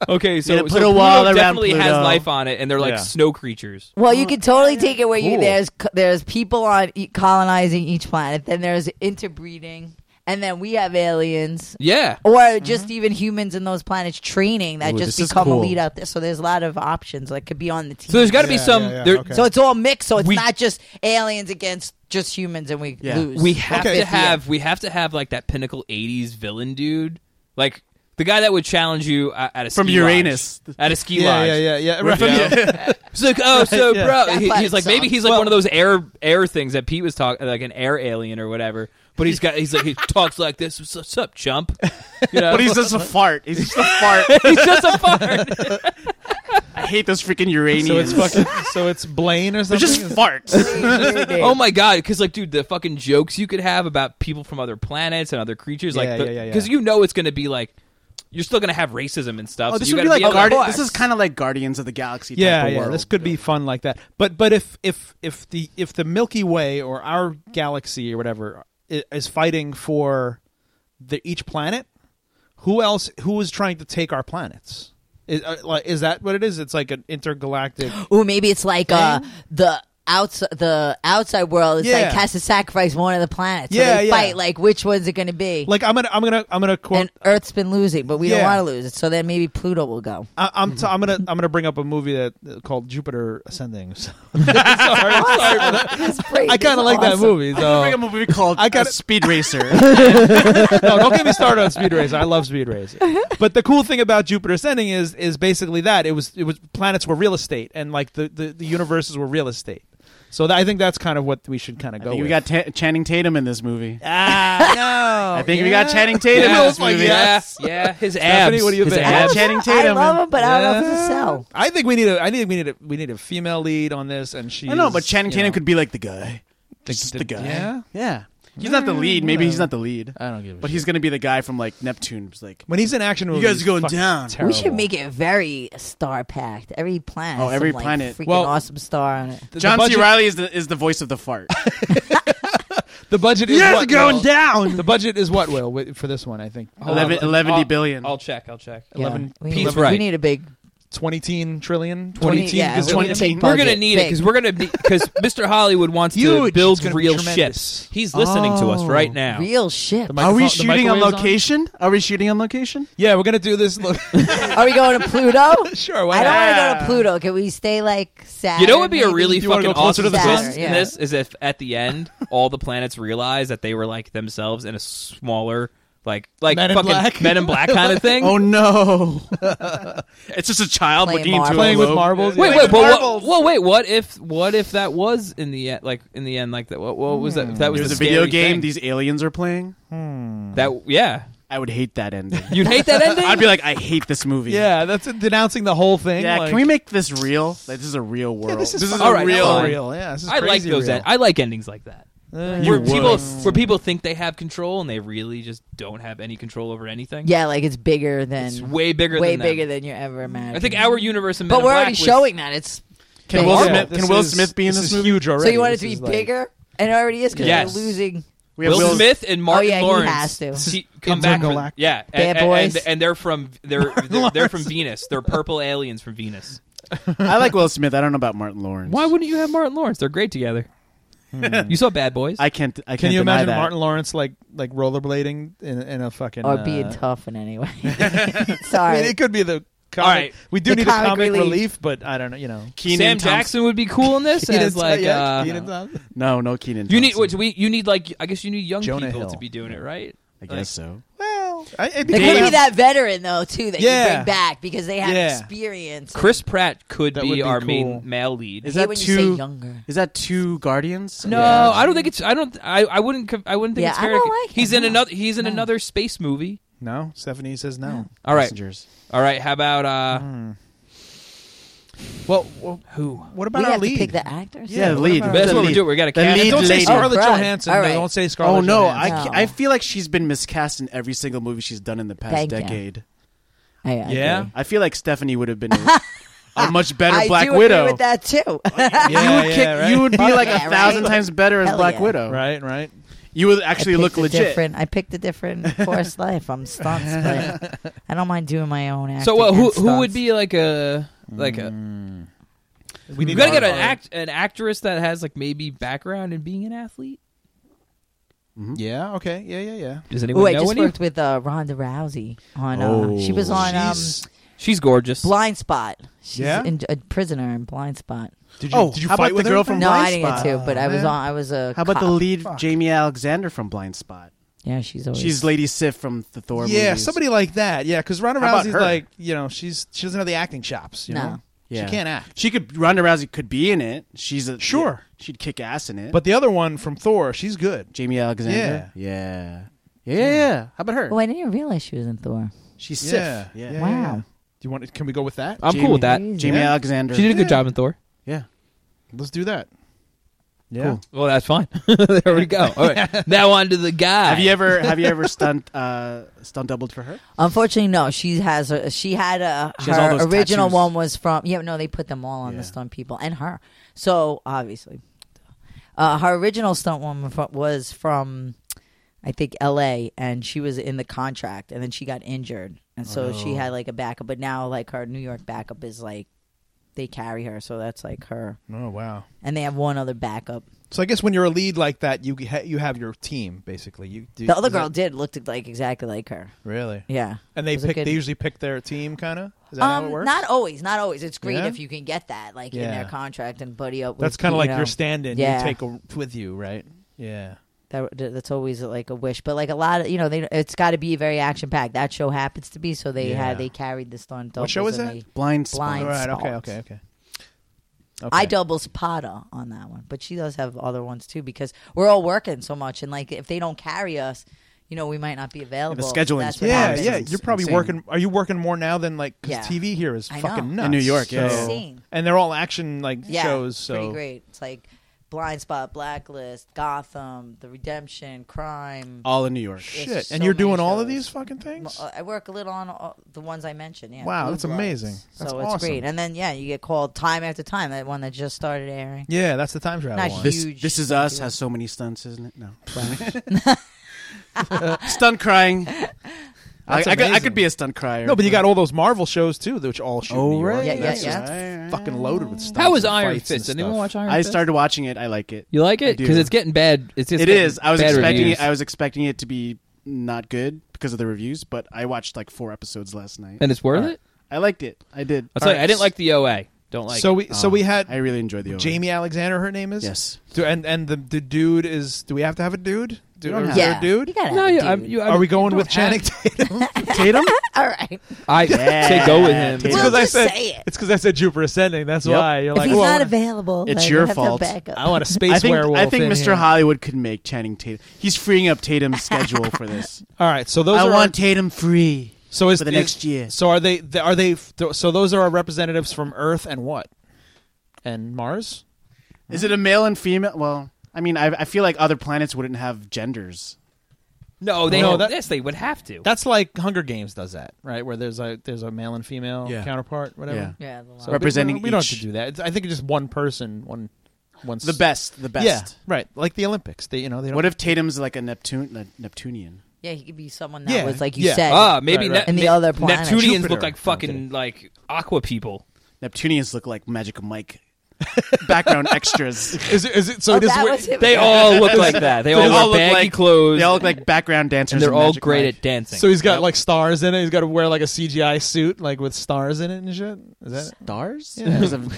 Okay, so, Yeah, so put a wall Pluto around definitely has Pluto. life on it, and they're like Yeah. snow creatures. Well, you could totally take it where you Cool. there's c- there's people on e- colonizing each planet, then there's interbreeding, and then we have aliens. Yeah, Or just even humans in those planets training that Ooh, just this is become cool. elite out there. So there's a lot of options that could be on the team. so there's got to be Yeah, some. yeah, yeah, there- okay. So it's all mixed. So it's We- not just aliens against just humans, and we Yeah. lose. We have Okay. to have we have to have like that pinnacle '80s villain dude, like the guy that would challenge you at, at a From ski Uranus. lodge. at a ski Yeah, lodge. yeah, yeah, yeah. Right. You know? So, like, oh, so yeah. bro, That he- by he's like itself. maybe he's like Well- one of those air air things that Pete was talking, like an air alien or whatever. But he's got he's like he talks like this. What's, what's up, chump? You know? But he's just a fart. He's just a fart. he's just a fart. I hate those freaking Uranians. So it's fucking. So it's Blaine or They're just something. farts. Oh my god! Because like, dude, the fucking jokes you could have about people from other planets and other creatures, like, Yeah, the- yeah, yeah, yeah. you know it's going to be like, you're still going to have racism and stuff. Oh, so this you would be gotta like able to- Guardi- course. This is kind of like Guardians of the Galaxy. yeah, type of yeah. World. This could be fun like that. But but if if if the if the Milky Way or our galaxy or whatever i- is fighting for the each planet, who else? Who is trying to take our planets? Is uh, like is that what it is? It's like an intergalactic. Ooh, maybe it's like uh, the outside the outside world. It's Yeah. like has to sacrifice one of the planets. So Yeah, they yeah. fight. Like which one's it going to be? Like I'm gonna I'm gonna I'm gonna quote. and Earth's been losing, but we don't Yeah. want to lose it. So then maybe Pluto will go. I, I'm t- I'm gonna I'm gonna bring up a movie that uh, called Jupiter Ascending. So- It's great. I kind It's of like that awesome. movie. So Bring a movie called Oh. I I got got it. Speed Racer. no, don't get me started on Speed Racer. I love Speed Racer. But the cool thing about Jupiter Ascending is is basically that it was it was planets were real estate and like the the, the universes were real estate. So that, I think that's kind of what we should kind of I go. think with. we got Ta- Channing Tatum in this movie. ah no. I think we got Channing Tatum Yeah, in this movie. yeah, yeah, his Stephanie, abs. what do you his think? I don't Yeah, abs. know. Channing I Tatum love and- him, but I don't know if it's a sell. I think we need a. I think we need a. We need a female lead on this, and she. I know, but Channing Tatum could be like the guy. Just the, guy. yeah? Yeah. He's not the lead. Maybe he's not the lead. I don't give. A But he's gonna be the guy from like Neptune. Who's like when he's in action. You movies, guys are going fucking down. We Terrible. We should make it very star packed. Every planet. Oh, has every some, like, planet. Freaking Well- awesome star on it. The- the John budget- C. Riley is the is the voice of the fart. The budget is You guys what, are going Will? down. The budget is what Will wi- for this one? I think Hold on, 11 I'll- 11 billion. I'll check. I'll check. Yeah. 11 we, Pete's need, we right. need a big twenty teen trillion. 20, teen. yeah, is we it- need a big We're gonna budget. need it Big. because we're gonna because Mr. Hollywood wants to Huge. It's build gonna be real tremendous. Oh. ships. He's listening to us right now. real ship. Are we microphone- the shooting on microwave's on? location? Are we shooting on location? Yeah, we're gonna do this. Look, Are we going to Pluto? sure. I Why don't not? want to go to Pluto. Can we stay like Saturn? You know what would be a maybe? really You wanna fucking go closer awesome to the sun? twist in Yeah. this is if at the end all the planets realize that they were like themselves in a smaller like like Men in fucking Black. Men in Black kind of thing. Oh no! it's just a child Playing looking into a Playing with globe. marbles. Wait, yeah. wait, but what, well, wait. What if? What if that was in the end? Like in the end, like that. What, what was that? If that was There's the a video scary game thing, these aliens are playing. that yeah, I would hate that ending. you'd hate that ending. I'd be like, I hate this movie. Yeah, that's it, denouncing the whole thing. Yeah, like- can we make this real? Like, this is a real world. Yeah, this is, a fun. Alright, real. fine. real. Yeah, this is I like crazy those. real. End, I like endings like that. where would. people where people think they have control and they really just don't have any control over anything. Yeah, like it's bigger than It's way bigger way than them. bigger than you ever imagined. I think our universe in Men but in we're Black already was- showing that it's Can big. Will Yeah, Smith? this Can Will is- Smith be in this, is movie? huge already. so you want it This to be is like- bigger, and it already is because Yes. we're losing. We have Will Will Smith and Martin Oh, yeah, he has Lawrence to. This see- come back. Into from- Galactic. yeah, Bad and, and- boys. and they're from they're they're, they're from Venus. They're purple aliens from Venus. I like Will Smith. I don't know about Martin Lawrence. Why wouldn't you have Martin Lawrence? They're great together. You saw Bad Boys. I can't? I can't Can you deny imagine that. Martin Lawrence like like rollerblading in, in a fucking or uh, being tough in any way. I Sorry. mean, it could be the. Comic. All right. we do The need comic a comic relief. relief. but I don't know. You know, Kenan Sam Thompson- Jackson would be cool in this. Keenan- as like, yeah, uh, Keenan Thompson. No, no, Keenan. you need Thompson. what do we? You need like I guess you need young Jonah people Hill. to be doing it, right? I guess so. Well, I, it'd be It cool could to be have- that veteran though too that you Yeah. bring back because they have Yeah. experience. Chris Pratt could That be, would be our cool. main male lead. Is Hate that when you two? say younger. Is that two Guardians? No, Yeah. I don't think it's. I don't. I, I wouldn't. co- I wouldn't think Yeah, it's I fair. don't like him, he's in no. another. He's in another space movie. no, Stephanie says no. All right. Passengers. All right. How about uh Well, well, who? what about We our have lead? to pick the actors. Yeah, the lead. That's Who's That's the what we lead? do. We got to The And cast. lead don't say lady. Scarlett Oh, crud. Johansson. All though. right. Don't say Scarlett. Oh no, I, Johansson. No. I feel like she's been miscast in every single movie she's done in the past Thank you. decade. I, I Yeah. agree. I feel like Stephanie would have been a, a much better I Black do agree Widow. with that too. Yeah, you, would yeah, right. you would be like Yeah, a right. thousand times better as Hell Black yeah. Widow. Right, right. You would I actually look picked a legit. Different, I picked a different forced life. I'm stunts, but I don't mind doing my own acting. So uh, who and who would stunts. be like a like a? Mm. We We need got to get an our- act an actress that has like maybe background in being an athlete. Mm-hmm. Yeah. Okay. Yeah. Yeah. Yeah. Does Ooh, anyone I know just any? worked with uh, Ronda Rousey on. Uh, Oh. she was on um, She's- She's gorgeous. Blind Spot. She's Yeah? in, a prisoner in Blind Spot. did you? Oh, did you how fight about with the her? girl from no, Blind I didn't Spot? get to, but I was Oh, man. on. I was a. How about the cop. lead Fuck. Jamie Alexander from Blind Spot? Yeah, she's always. She's Lady Sif from the Thor yeah, movies. somebody like that. Yeah, because Ronda How about Rousey's her? like, you know, she's she doesn't have the acting chops. You No. know? Yeah. she can't act. She could Ronda Rousey could be in it. She's a Sure. she'd kick ass in it. But the other one from Thor, she's good. Jamie Alexander. Yeah. Yeah. Yeah. yeah. How about her? Oh, I didn't even realize she was in Thor. She's Sif. Yeah. Yeah. Yeah, Wow. yeah. Do you want? Can we go with that? I'm Jamie- cool with that. Crazy. Jamie Yeah. Alexander. She did a good Yeah. job in Thor. yeah. Let's do that. Yeah. Cool. Well, that's fine. there we go. All right. now on to the guy. Have you ever have you ever stunt uh stunt doubled for her? Unfortunately, no. She has a. She had a. She has her all those original tattoos. one was from. Yeah, no, they put them all on Yeah. the stunt people and her. So obviously, uh, her original stunt woman fro- was from, I think, L.A. and she was in the contract, and then she got injured, and so Oh. she had like a backup. But now, like her New York backup is like, they carry her, so that's like her, Oh wow. and they have one other backup. So I guess when you're a lead like that, you ha- you have your team basically. You do, The other is girl that- did looked like exactly like her. really, Yeah, and they It was a pick. good- They usually pick their team, kind of. Is that how it Um, works? not always, not always. It's great Yeah? if you can get that, like in Yeah. their contract and buddy up. With, That's kind of you like know, your stand-in. Yeah. You take a, with you, right? Yeah. that, that- that's always like a wish, but like a lot of you know, they it's got to be very action packed. That show happens to be so they Yeah. had they carried the stunt. What show doubles is and that? they- Blind Spot. Blind. All right. spots. Okay. Okay. Okay. Okay. I double Zapata on that one, but she does have other ones too because we're all working so much, and like if they don't carry us, you know, we might not be available. scheduling That's what Yeah, happens. yeah. It's You're probably insane. working. Are you working more now than like 'cause Yeah. TV here is I fucking know. nuts In New York, yeah. so- Insane. and they're all action like yeah, shows. pretty So great. It's like Blind Spot, Blacklist, Gotham, The Redemption, Crime. All in New York. It's shit. so and you're many doing all of shows. these fucking things. Well, uh, I work a little on all the ones I mentioned. Yeah. Wow, Blue that's Bloods. amazing. That's so it's awesome. great. And then yeah, you get called time after time. That one that just started airing. Yeah, that's the time travel Not one. huge. This This is us has so many stunts, isn't it? No. stunt crying. I, I, could, I amazing. could be a stunt crier. no, but you got all those Marvel shows too, which all shoot. in Oh, New York. right. Yeah, yeah, That's yeah. just fucking loaded with stuff. How was Iron Fist? Did anyone watch Iron I Fist? started watching it. I like it. You like it I do. because it's getting bad. It's just It getting is. I was bad expecting reviews. it. I was expecting it to be not good because of the reviews, but I watched like four episodes last night. and it's worth it. I liked it. I did. Ah, I'll tell you, I didn't like the OA. Don't like. so it. we so we had um, I really enjoyed the OA. Jamie Alexander. Her name is Yes. Do, and and the, the dude is. Do we have to have a dude? Do, don't is have there Yeah. a dude? You gotta no, have a you, I'm, dude. you, I'm, Are we going you with don't have- Channing Tatum? Tatum. All right. I Yeah. say go with him. It's Well, We'll because I just said say it. it's because I said Jupiter Ascending. That's Yep. why you're If like, he's "Oh, I not wanna- available, It's like, your we have to fault. back up. I want a space I think, werewolf. I think in Mr. here. Hollywood could make Channing Tatum. He's freeing up Tatum's schedule for this. All right, so those I are our- want Tatum free. so is for the is- next year. So are they? th- Are they? th- So those are our representatives from Earth and what? And Mars. Is it a male and female? Well, I mean, I, I feel like other planets wouldn't have genders. No, they No, no, that- yes, they would have to. That's like Hunger Games does that, right? Where there's a there's a male and female Yeah. counterpart, whatever. Yeah, the So lot. Representing we, we don't have each- to do that. It's, I think it's just one person, one one The best, the best. Yeah, right. Like the Olympics, they you know they don't. What if Tatum's like a Neptune, a Neptunian? yeah, he could be someone that Yeah, was like you yeah. said. ah, maybe Right, right. Ne- And the Ne- other planet. Neptunians Jupiter. look like fucking like aqua people. Neptunians look like Magic Mike background extras. is it, is it so? Oh, it is that weird- was him. They all look like that. They all wear baggy like clothes. They all look like background dancers. and they're in all Magic great Mike. at dancing. So he's got like stars in it. He's got to wear like a CGI suit, like with stars in it and shit. Is that? It? stars. Yeah. There's a-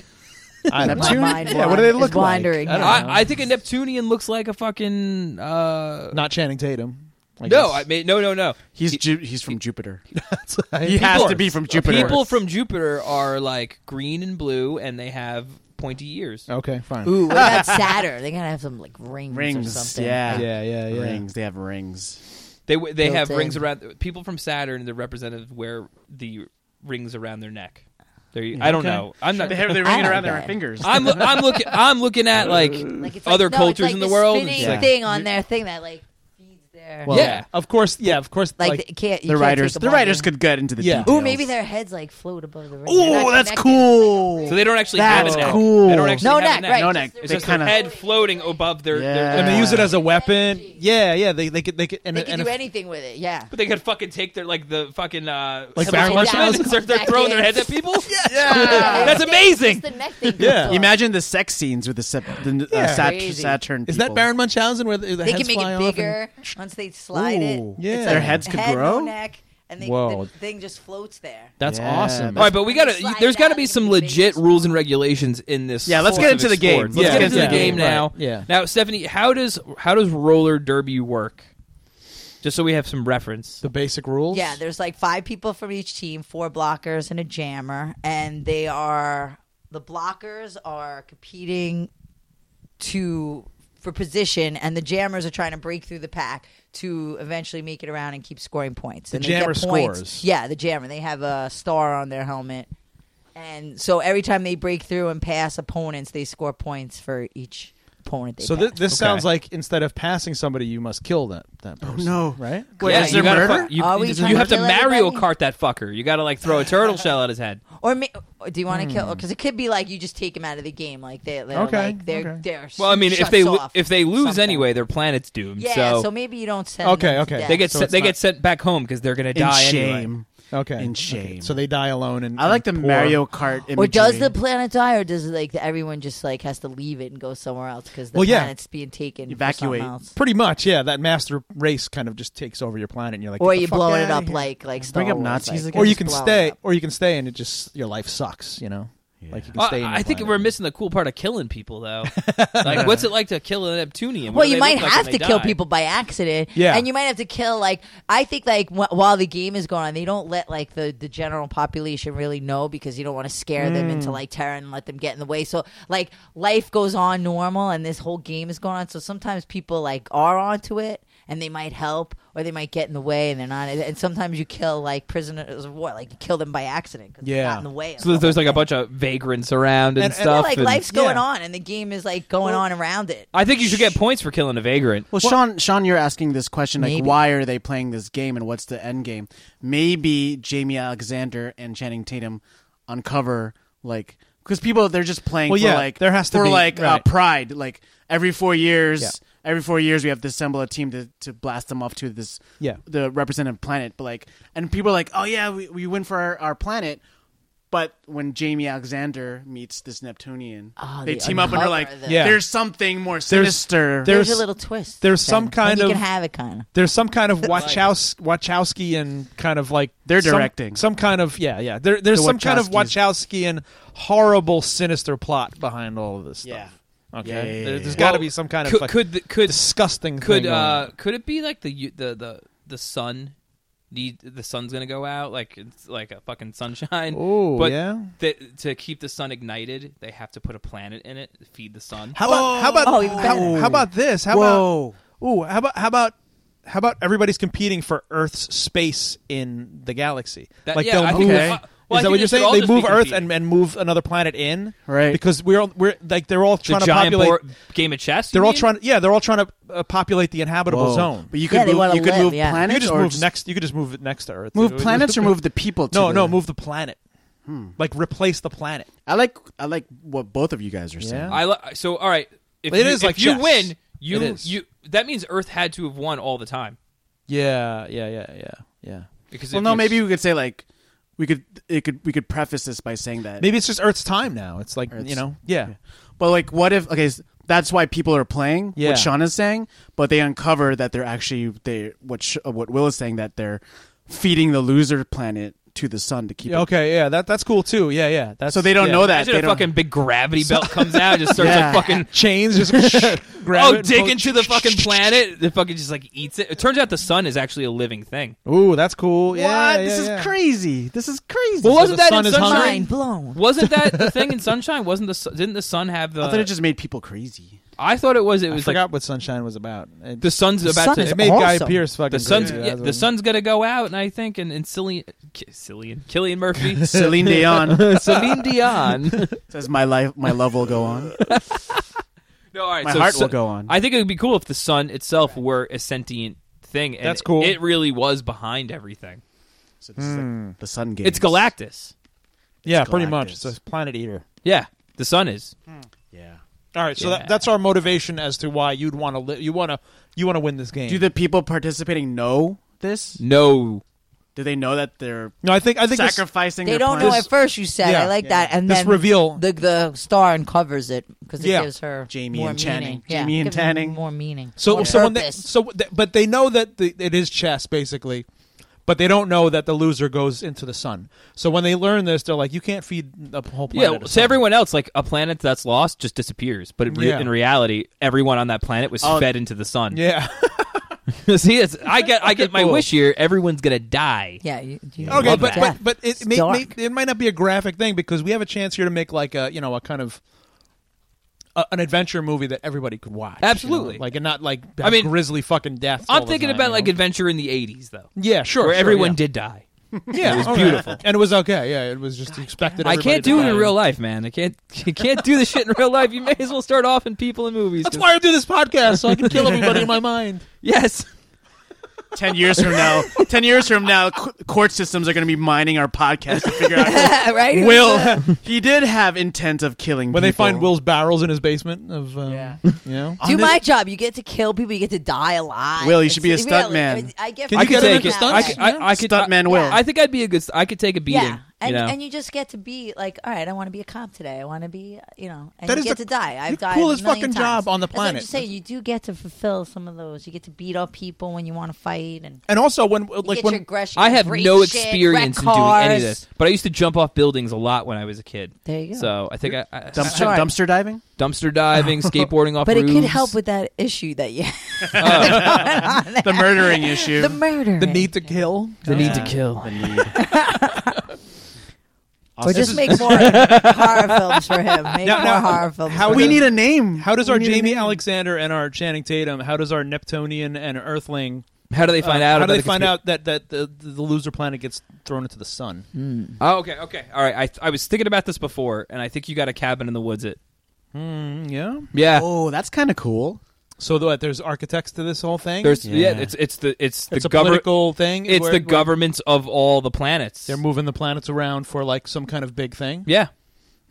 I don't know. My mind Yeah, what do they is look like? wandering. I don't know. I, I think a Neptunian looks like a fucking uh, Not Channing Tatum. I no. I guess. mean, no, no, no. he's Ju- he's from Jupiter. That's what I- He has to be from Jupiter. People from Jupiter are like green and blue, and they have pointy ears. Okay, fine. Ooh, what about Saturn? They gotta have some like rings, or rings. something. Yeah. Yeah, yeah, yeah. Rings. They have rings. They w- they Built have in. rings around. People from Saturn, the representative, wear the rings around their neck. They I don't Okay. know. I'm not. They have they I ring it like around their that. fingers. I'm loo- I'm looking I'm looking at like, Like it's like- other no, it's cultures like in the the world. and Spinning shit. Yeah. thing on their thing that like feeds their Well, Yeah. of course. Yeah, of course. like, Like, they can't. You the can't writers. take The them writers off. could get into the Yeah. details. Ooh, maybe their heads like float above the ring. They're Ooh, not that's connected. cool. So they don't actually have That's a neck. cool. They don't actually No have neck, a neck. right. no neck. It's It's They just their kind of head floating above their, Yeah. their and they use it as a weapon. Energy. Yeah, yeah. They they could they could and, They can and do if- anything with it. Yeah. But they could fucking take their like the fucking uh Like headless Baron horsemen Munchausen? and start they're throwing their heads at people. Yeah. That's It's amazing. the neck thing. Yeah. Imagine the sex scenes with the, sep- the uh, Yeah. Sat- Crazy. Saturn. Is that people. Baron Munchausen where the, the They heads can make fly it off and- bigger once they slide Ooh. it. Yeah. It's Their like heads could head, grow? No neck, and they, Whoa. the thing just floats there. That's Yeah, awesome. that's- All right, but we gotta. Slide There's gotta down be and some you can legit make it rules and regulations in this. Yeah, let's sport get of into the game. sports. Let's Yeah. get into Yeah. the game Right. now. Yeah. Now, Stephanie, how does how does roller derby work? Just so we have some reference. the basic rules. Yeah, there's like five people from each team, four blockers and a jammer, and they are the blockers are competing to for position, and the jammers are trying to break through the pack to eventually make it around and keep scoring points. The and they get jammer points. scores. Yeah, the jammer. They have a star on their helmet, and so every time they break through and pass opponents, they score points for each opponent. They So pass. th- this sounds like instead of passing somebody, you must kill that that person. Oh, no. right? Wait, Yeah, is there you gotta murder? fu- you Are we you trying to have to kill Mario everybody? Kart that fucker. You gotta like throw a turtle shell at his head. Or, ma- or do you want to kill? Because it could be like you just take him out of the game. Like they, they're Hmm. Okay, like they're okay. they're. Well, I mean, if they shuts off if they lose something. anyway, their planet's doomed. yeah. So, maybe you don't send. Okay, them to okay. death. they get so sent, it's they not- get sent back home because they're gonna In die shame. anyway. Okay. In Okay. shame. So they die alone. And I like the and poor. Mario Kart imagery. Or does the planet die, or does like everyone just like has to leave it and go somewhere else because the Well, yeah. planet's being taken? for Evacuate. something else? Pretty much, yeah. That master race kind of just takes over your planet, and you're like, Or "Get the you fuck blowing it outta up here." like like Star Bring up Wars, Nazis like, again? or you just can blow it stay, up. or you can stay, and it just your life sucks. You know, like you can Well, stay. in I, your I think planet. we're missing the cool part of killing people though. like, what's it like to kill a Neptunian? What Well, do you they look might like have when to they kill die? people by accident, Yeah. and you might have to kill like I think like wh- while the game is going on, they don't let like the the general population really know because you don't want to scare them into Mm. like terror and let them get in the way. So like life goes on normal, and this whole game is going on. So sometimes people like are onto it, and they might help or they might get in the way, and they're not. And sometimes you kill like prisoners of war, like you kill them by accident because they Yeah. got in the way. of So there's something. like a bunch of vagrants around and, And- and- Yeah, stuff. like and- life's going yeah. on, and the game is like going on around it. I think you should get points for killing a vagrant. Well, Sean, Sean, you're asking this question like, Maybe. why are they playing this game and what's the end game? Maybe Jamie Alexander and Channing Tatum uncover like because people they're just playing Well, for yeah, like there has to for be- like uh, right. pride. Like every four years, Yeah. every four years we have to assemble a team to, to blast them off to this Yeah. the representative planet. But like, and people are like, oh yeah, we, we win for our, our planet. But when Jamie Alexander meets this Neptunian, Ah, they they team up and they're uncover like, them. Yeah. "There's something more sinister." There's, a There's- little twist. there's thing. some kind Like, you of- can have it kind of. There's some kind of Wachowski, Wachowski and kind of like They're some- directing. some, kind of yeah, yeah. There, there's The some kind of Wachowskis. Wachowski and horrible, sinister plot behind all of this Yeah. stuff. Okay, Yeah, yeah, yeah, There- there's yeah. got to Well, be some kind of could like, could the- could disgusting. could thing going on. uh could it be like the u- the the the sun need the sun's gonna go out like it's like a fucking sunshine. Ooh, but yeah. th- to keep the sun ignited, they have to put a planet in it, to feed the sun. How about how about Oh, even how, better. how about this? How Whoa. about ooh, how about how about how about everybody's competing for Earth's space in the galaxy? That- like yeah, they'll I move think that's- Well, I Is that think what they should you're all saying? They just move be Earth competing. and, and move another planet in, Right. Because we're all- we're like they're all The trying to giant populate. board- game of chess. you they're all mean? trying. Yeah, they're all trying to uh, populate the inhabitable Whoa. zone. But you Oh. Yeah, could they move, wanna you could live, move yeah. You planets could just or move next. You could just move it next to Earth. It move would- planets or move the people. To No, the, Hmm. no, move the planet. Like replace the planet. I like I like what both of you guys are saying. Yeah. I li- so all right. If It you, is if like you chess. win, It you is. you that means Earth had to have won all the time Yeah, yeah, yeah, yeah, yeah. because well, if no, it's- maybe we could say like we could it could we could preface this by saying that Maybe it's just Earth's time now. It's like Earth's- you know, yeah. But like, what if? Okay, s- that's why people are playing Yeah. what Sean is saying, but they uncover that they're actually they what Sh- uh, what Will is saying that they're feeding the loser planet to the sun to keep. Yeah, it. okay, yeah, that that's cool too. Yeah, yeah. That's, So they don't yeah. know that. Imagine They a don't- fucking big gravity belt comes out and just starts Yeah. like fucking chains. Just grab oh it and dig pull- into the fucking planet. The fucking just like eats it. It turns out the sun is actually a living thing. Ooh, that's cool. What? Yeah, yeah, this is yeah. crazy. This is crazy. Well, wasn't the that sun in is Sunshine? hungry? Mind blown. Wasn't that the thing in Sunshine? Wasn't the sun, didn't the sun have the? I Uh. thought it just made people crazy. I thought it was. It I was forgot like what Sunshine was about. It, the sun's about sun to. is it made Guy awesome. Pierce fucking the sun's crazy. yeah, That's the what- sun's gonna go out, and I think and and Cillian, K- Cillian, Killian Murphy, Celine Dion Celine Dion. says, "My life, my love will go on. no, all right, My so heart sun- will go on." I think it would be cool if the sun itself were a sentient thing. And That's cool. It really was behind everything. So this is Hmm. like the sun game. It's Galactus. Yeah, It's pretty much. It's Galactus. a planet eater. Yeah, the sun is. Yeah. All right, so Yeah. that, that's our motivation as to why you'd want to li- you want to you want to win this game. Do the people participating know this? No, Do they know that they're no, I think I think this, sacrificing? They their don't know planet? at first. You said yeah, I like that, and this then reveal. the the star uncovers it because it Yeah. gives her Jamie more and Channing. meaning. Yeah, Jamie and gives her Channing. more meaning. so more so when they, purpose. so th- but they know that the, it is chess basically, but they don't know that the loser goes into the sun. So when they learn this, they're like, you can't feed the whole planet. yeah. a To sun. everyone else, like a planet that's lost just disappears, but it re- Yeah. in reality, everyone on that planet was Oh. fed into the sun. Yeah. See, it's, I get, I get my Cool. wish here. Everyone's gonna die. yeah, you, you okay, love but, death. but but it It's may, dark. may, it might not be a graphic thing because we have a chance here to make like a you know a kind of. A, an adventure movie that everybody could watch, you know? Absolutely. Like and not like I mean, grisly fucking death. I'm thinking about like adventure in the '80s though, yeah, sure, where sure, everyone yeah. did die. Yeah, it was beautiful. and it was okay. Yeah, it was just expected. I everybody can't to do it die. in real life, man. I can't. You can't do this shit in real life. You may as well start off in people and movies. That's 'cause- why I do this podcast so I can kill everybody in my mind. Yes. ten years from now, ten years from now, qu- court systems are going to be mining our podcast to figure out. right? Will he did have intent of killing When they people. find Will's barrels in his basement of um, Yeah. you know. On Do this- my job. You get to kill people. You get to die alive. Will, you should be a It's- stunt really, man. it's- I get. Can I you could get frustrated take into it. that stunts? I way. could, I, I could. Stuntman I, Will. I think I'd be a good. I could take a beating. yeah, and you know? and you just get to be like, all right, I want to be a cop today. I want to be, you know, and That you is get the to die. I've died coolest a million fucking times. job on the That's what I'm planet. just saying, you do get to fulfill some of those. You get to beat up people when you want to fight, and And also when you get like your when aggression. I have break no shit, experience in wreck doing any of cars. this, but I used to jump off buildings a lot when I was a kid. There you go. So I think I, I dumpster, Sorry. dumpster diving. dumpster diving, skateboarding off. But it roofs. Oh, could help with that issue that you have going on The there. murdering issue. the murder, the need to kill. the need to Yeah. kill. Or Awesome. just make more horror films for him. Make Now- more now, horror films. how for we him. need a name. How does our We need a Jamie name. Alexander and our Channing Tatum? How does our Neptunian and Earthling How do they find uh, out? How do about they the find conspira- out that that the, the loser planet gets thrown into the sun? Oh, okay, okay, all right. I I was thinking about this before, and I think you got a cabin in the woods. It. Mm, yeah. Yeah. Oh, that's kind of cool. So that there's architects to this whole thing. There's yeah. Yeah. It's it's the it's the it's a government. political thing. It's where- the where governments of all the planets. They're moving the planets around for like some kind of big thing. yeah.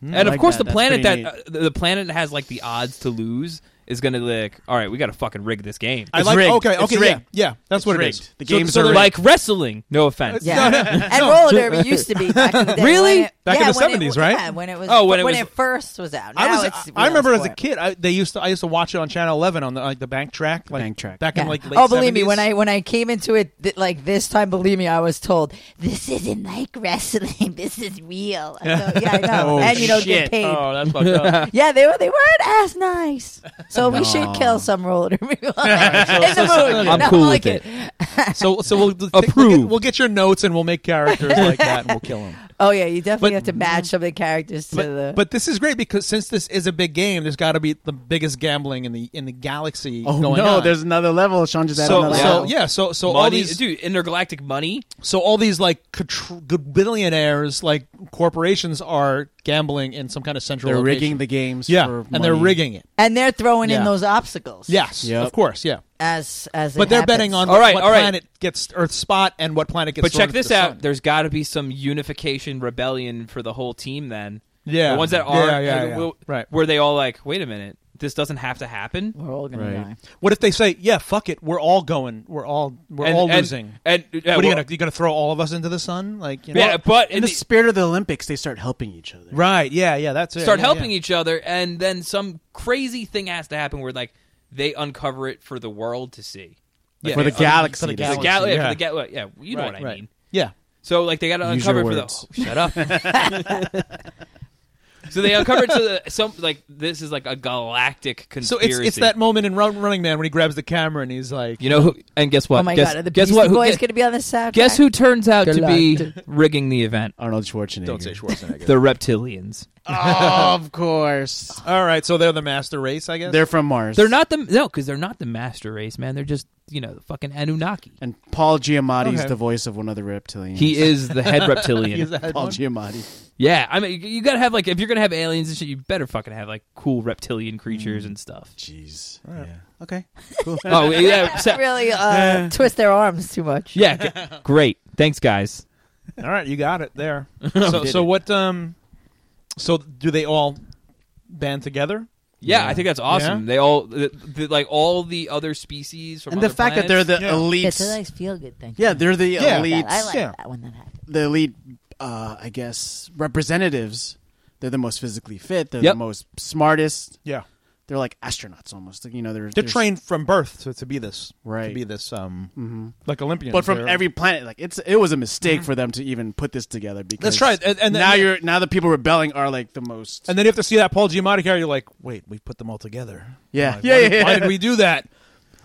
Hmm, and of like course, that. the That's planet that pretty uh, the the planet that has like the odds to lose is gonna like. All right, we got to fucking rig this game. I It's like. rigged. Okay. It's Okay. Yeah. rigged. Yeah. That's It's what it rigged. is. The games are they're like wrestling. No offense. Yeah, No, and roller derby used to be back in the day. Really? When it- Back in yeah, the when it- 70s, right? Yeah, when it was. Oh, when it was- first was out. I Now was. it's I, I remember as a Wheelsport. kid, I, they used to. I used to watch it on Channel Eleven on the like the bank track, like Bank track. back in Yeah. like late. oh, believe me, 70s. when I when I came into it th- like this time, believe me, I was told this isn't like wrestling. This is real. I go, yeah, I know. Oh, and you know, get shit. paid. Oh, that's fucked up. Yeah, they were they weren't as nice. So we should kill some roller derby. in the mood. I'm No, cool I like with it. it. So so we'll we'll get- We'll Approved. get, your notes and we'll make characters like that and we'll kill them. Oh yeah, you definitely But- have to match some of the characters to But, the. but this is great because since this is a big game, there's got to be the biggest gambling in the in the galaxy Oh going no, on. there's another level. Sean just added so, another so level. yeah, so so all money, these dude, intergalactic money. so all these like contr- good billionaires like corporations are gambling in some kind of central. They're location. rigging the games. yeah, for and they're money. rigging it. and they're throwing in Yeah. those obstacles. Yes, Yep. of course, yeah. As as. But it they're happens. betting on All right, what all right. planet gets Earth's spot and what planet gets. But check thrown into this the out. sun. There's got to be some unification rebellion for the whole team then. Yeah. The ones that Yeah, are yeah, yeah. Right. Were they all like, "Wait a minute. This doesn't have to happen." We're all gonna Right. die. What if they say, "Yeah, fuck it, we're all going, we're all, we're and, all and- losing"? And, uh, what are you well, gonna, you gonna throw all of us into the sun? Like, you know, Yeah, but In the spirit of the Olympics, they start helping each other. right? Yeah, yeah, that's it. start yeah, helping yeah. each other and then some crazy thing has to happen where like they uncover it for the world to see Yeah. for the Yeah. galaxy. For the to the galaxy. see. gal- yeah, for yeah. the gal- yeah you know Right, what i right. mean Yeah, so like they got to Use your uncover it for words. the shut up so they uncover it to the, some like this is like a galactic so conspiracy it's it's that moment in Run, Running Man when he grabs the camera and he's like, you know who and guess what Oh my guess, god, are the guess Beastie what who, Boys guess, gonna be on the soundtrack? guess who turns out to be Galactic. rigging the event Arnold Schwarzenegger. "Don't say Schwarzenegger." the reptilians oh, of course. all right, so they're the master race, I guess. They're from Mars. they're not the no because they're not the master race man they're just you know the fucking anunnaki And Paul Giamatti's Okay. the voice of one of the reptilians. He is the head reptilian. He's the head Paul one. Giamatti. yeah, I mean, you- you gotta have like if you're gonna have aliens and shit, you better fucking have like cool reptilian creatures Mm. and stuff. Jeez. Yeah. Okay, Oh yeah, Not so- really Eh. uh, twist their arms too much. yeah, g- great. Thanks, guys. all right, you got it there. so so what? Um, so do they all band together? Yeah, I think that's awesome. Yeah. They all the, the, like all the other species from And the other fact that they're planets- the Yeah. elite. It's a nice feel good thing. yeah, they're the Yeah. elite. I like yeah. that when that happens. The elite, uh, I guess, representatives. They're the most physically fit. They're Yep. the most smartest. Yeah, They're like astronauts almost. Like, You know, they're they're they're- trained from birth to, to be this, Right. To be this, um, like Olympians, But from They're- every planet, like it's it was a mistake for them to even put this together. Because Mm-hmm. That's right, and- and- now and- you're now the people rebelling are like the most. And then you have to see that Paul Giamatti character. You're like, wait, we put them all together. yeah, Like, yeah, why, yeah, did, why did we do that?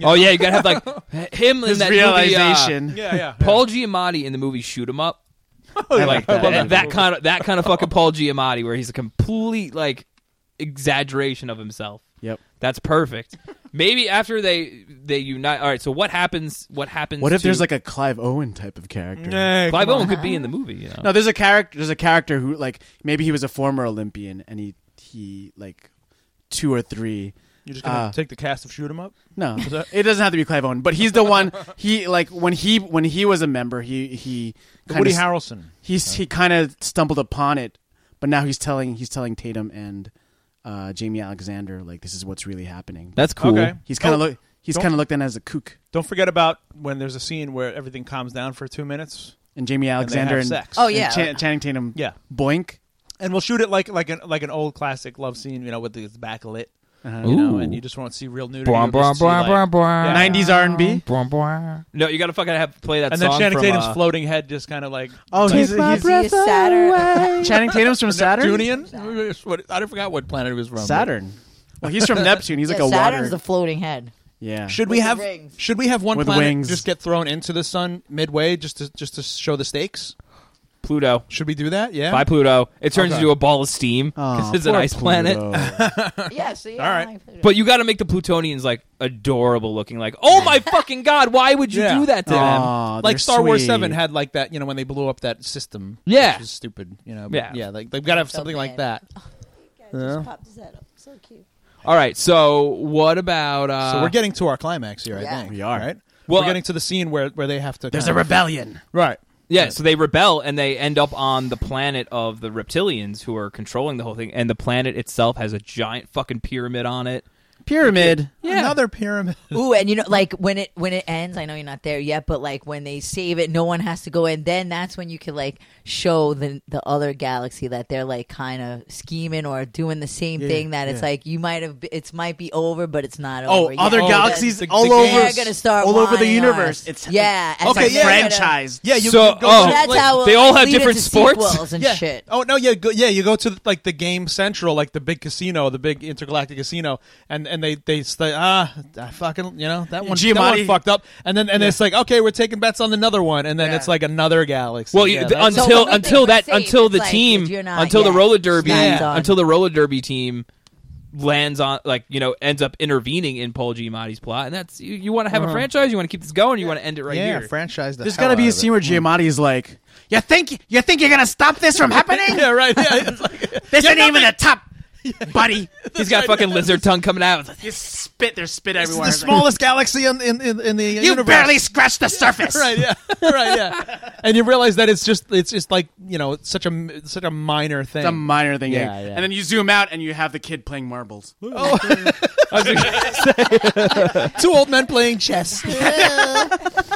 oh yeah, you gotta have like him in His that realization. Movie, uh, Yeah, yeah. Paul Giamatti in the movie Shoot 'Em Up. I like like that, that. that kind of that kind of fucking Paul Giamatti, where he's a complete like exaggeration of himself. Yep. That's perfect. Maybe after they they unite. All right. So what happens? What happens? What if to- there's like a Clive Owen type of character? Nah, Clive come on. Owen could be in the movie? You know? No, there's a character. There's a character who like maybe he was a former Olympian and he he like two or three. You're just gonna Uh, take the cast of Shoot 'Em Up. No, it doesn't have to be Clive Owen, but he's the one. He like when he when he was a member, he he kinda Woody s- Harrelson. He's he kind of stumbled upon it, but now he's telling he's telling Tatum and uh, Jamie Alexander like this is what's really happening. That's cool. Okay. He's kind of Oh, look he's don't- kind of looked at as a kook, Don't forget about when there's a scene where everything calms down for two minutes. and Jamie And they have Alexander and, sex. Oh and yeah, Chan- Channing Tatum Yeah. boink. and we'll shoot it like like an like an old classic love scene, you know, with the it's backlit, Ooh. you know, and you just won't see real nudity. Bwah, you'll just bwah, see, bwah, like- bwah, Yeah. Nineties R and B. Bwah, bwah. No, you gotta fucking have play that And then song. Channing from, Tatum's uh, floating head just kind of like Oh, like he's, he's See you Saturn. Channing Tatum's from Saturn. Neptunian. What, I forgot what planet he was from. Saturn. Well, he's from Neptune. He's like Yeah, a Saturn's water. the floating head. yeah. Should With we the have rings. should we have one With planet wings. just get thrown into the sun midway just to just to show the stakes? Pluto. Should we do that? Yeah. By Pluto, it turns Okay. Oh, into a ball of steam because Aw, it's an poor ice planet. Pluto. yeah, see, All right. But you got to make the Plutonians like adorable looking. Like, oh my fucking god, why would you Yeah. do that to them? Aw, they're like Star Wars sweet. Seven had like that, you know, when they blew up that system. Yeah. which is stupid. You know, Yeah. yeah, yeah. Like they've got to have So something like that. bad. just popped his head up. So cute. All right. So what about? Uh, so we're getting to our climax here. Yeah. I think We are. right. Well, we're getting to the scene where where they have to. There's a kind of- rebellion. right. Yeah, so they rebel and they end up on the planet of the reptilians who are controlling the whole thing. And the planet itself has a giant fucking pyramid on it. Pyramid. Yeah. Another pyramid. Ooh, and you know, like when it when it ends, I know you're not there yet, but like when they save it, no one has to go in. Then that's when you can like show the the other galaxy that they're like kind of scheming or doing the same thing. That it's yeah. like you might have it's might be over, but it's not Oh, over. yet. other Oh, galaxies the- the all games. over. They're gonna start all over the wanting universe. us. It's yeah. It's Okay, like like yeah. franchised. Yeah, you, So- you go oh. to, That's like- how they it, all like, have lead different into sports? sequels and yeah. shit. Oh no, yeah, go, yeah. You go to like the game central, like the big casino, the big intergalactic casino, and and they they say ah I fucking you know that one that Giamatti. one fucked up and then and it's like okay we're taking bets on another one and then it's like another galaxy. Well, Yeah, you- that's- So until when we until think that we're safe, until the it's like, team if you're not until the yet roller derby snagged on. until the roller derby team lands on like you know ends up intervening in Paul Giamatti's plot, and that's you, you want to have a franchise, you want to keep this going, you want to end it right Uh-huh. yeah, here. franchise. The There's hell got to out be a of it. scene where Giamatti's like, "You think you think you're gonna stop this from happening? Yeah, right. Yeah, it's like, This ain't even the top, buddy." He's got fucking lizard tongue coming out. You spit. There's spit This is everywhere. the It's like, smallest galaxy in in, in, in the you universe. barely scratched the surface. right yeah right yeah and you realize that it's just it's just like you know it's such a m- such a minor thing It's a minor thing. Yeah, yeah. And then you zoom out and you have the kid playing marbles. two old men playing chess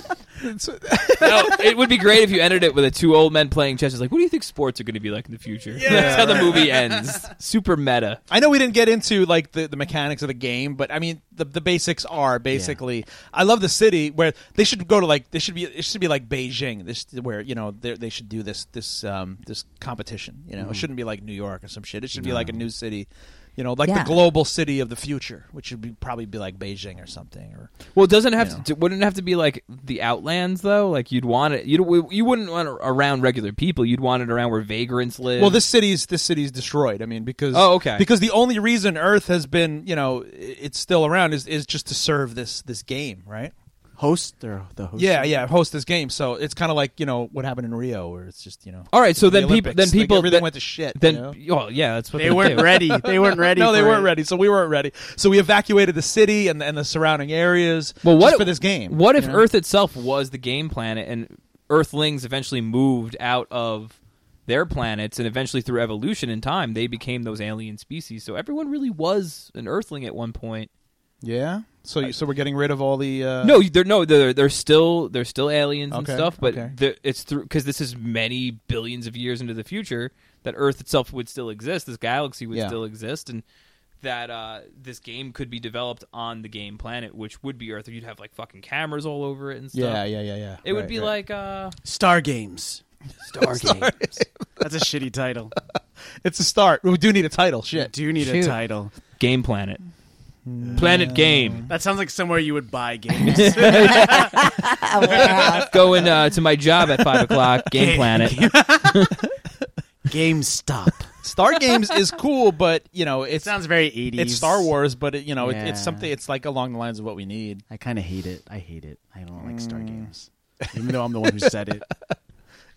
No, it would be great if you ended it with a two old men playing chess. It's like, what do you think sports are going to be like in the future? That's how the movie ends. Super meta. i know we didn't get into like the, the mechanics of the game but i mean the, the basics are basically i love the city where they should go to like they should be it should be like beijing this where you know they they should do this this um this competition you know Mm-hmm. it shouldn't be like new york or some shit it should be like a new city you know like Yeah. the global city of the future which would be probably be like beijing or something or Well, it doesn't have You know. to. Wouldn't it have to be like the Outlands though? Like you'd want it. You you wouldn't want it around regular people. You'd want it around where vagrants live. Well, this city's this city's destroyed. I mean, because Oh, okay. because the only reason Earth has been you know i- it's still around is is just to serve this this game, right? Host or the host? Yeah, yeah, host this game. So it's kind of like you know what happened in Rio, where it's just you know. All right, so then the people, Olympics, then like, people, everything then, went to shit. Then, you know? well, yeah, that's what They weren't do. ready. They weren't ready. no, they for weren't it. ready, so we weren't ready. So we evacuated the city and and the surrounding areas. Well, what just if- for this game? What if you know? Earth itself was the game planet, and Earthlings eventually moved out of their planets, and eventually through evolution in time, they became those alien species. So everyone really was an Earthling at one point. Yeah. So you- so we're getting rid of all the uh, No, they're no, they're they're still they're still aliens and Okay, stuff, but okay. the- it's through because this is many billions of years into the future that Earth itself would still exist, this galaxy would Yeah. still exist, and that uh, this game could be developed on the game planet, which would be Earth. You'd have like fucking cameras all over it and stuff. Yeah, yeah, yeah, yeah. It would Right, be right. like uh, Star Games. Star Games. That's a shitty title. it's a start. We do need a title. I Shit. do need a Shoot. title. Game Planet, Mm. Planet Game. That sounds like somewhere you would buy games. Going uh, to my job at five o'clock. Game Planet. GameStop. Star Games is cool, but you know It it's sounds very 80s. it's Star Wars, but it, you know, it, Yeah. it's something. It's like along the lines of what we need. I kind of hate it. I hate it. I don't like Star Games. Even though I'm the one who said it.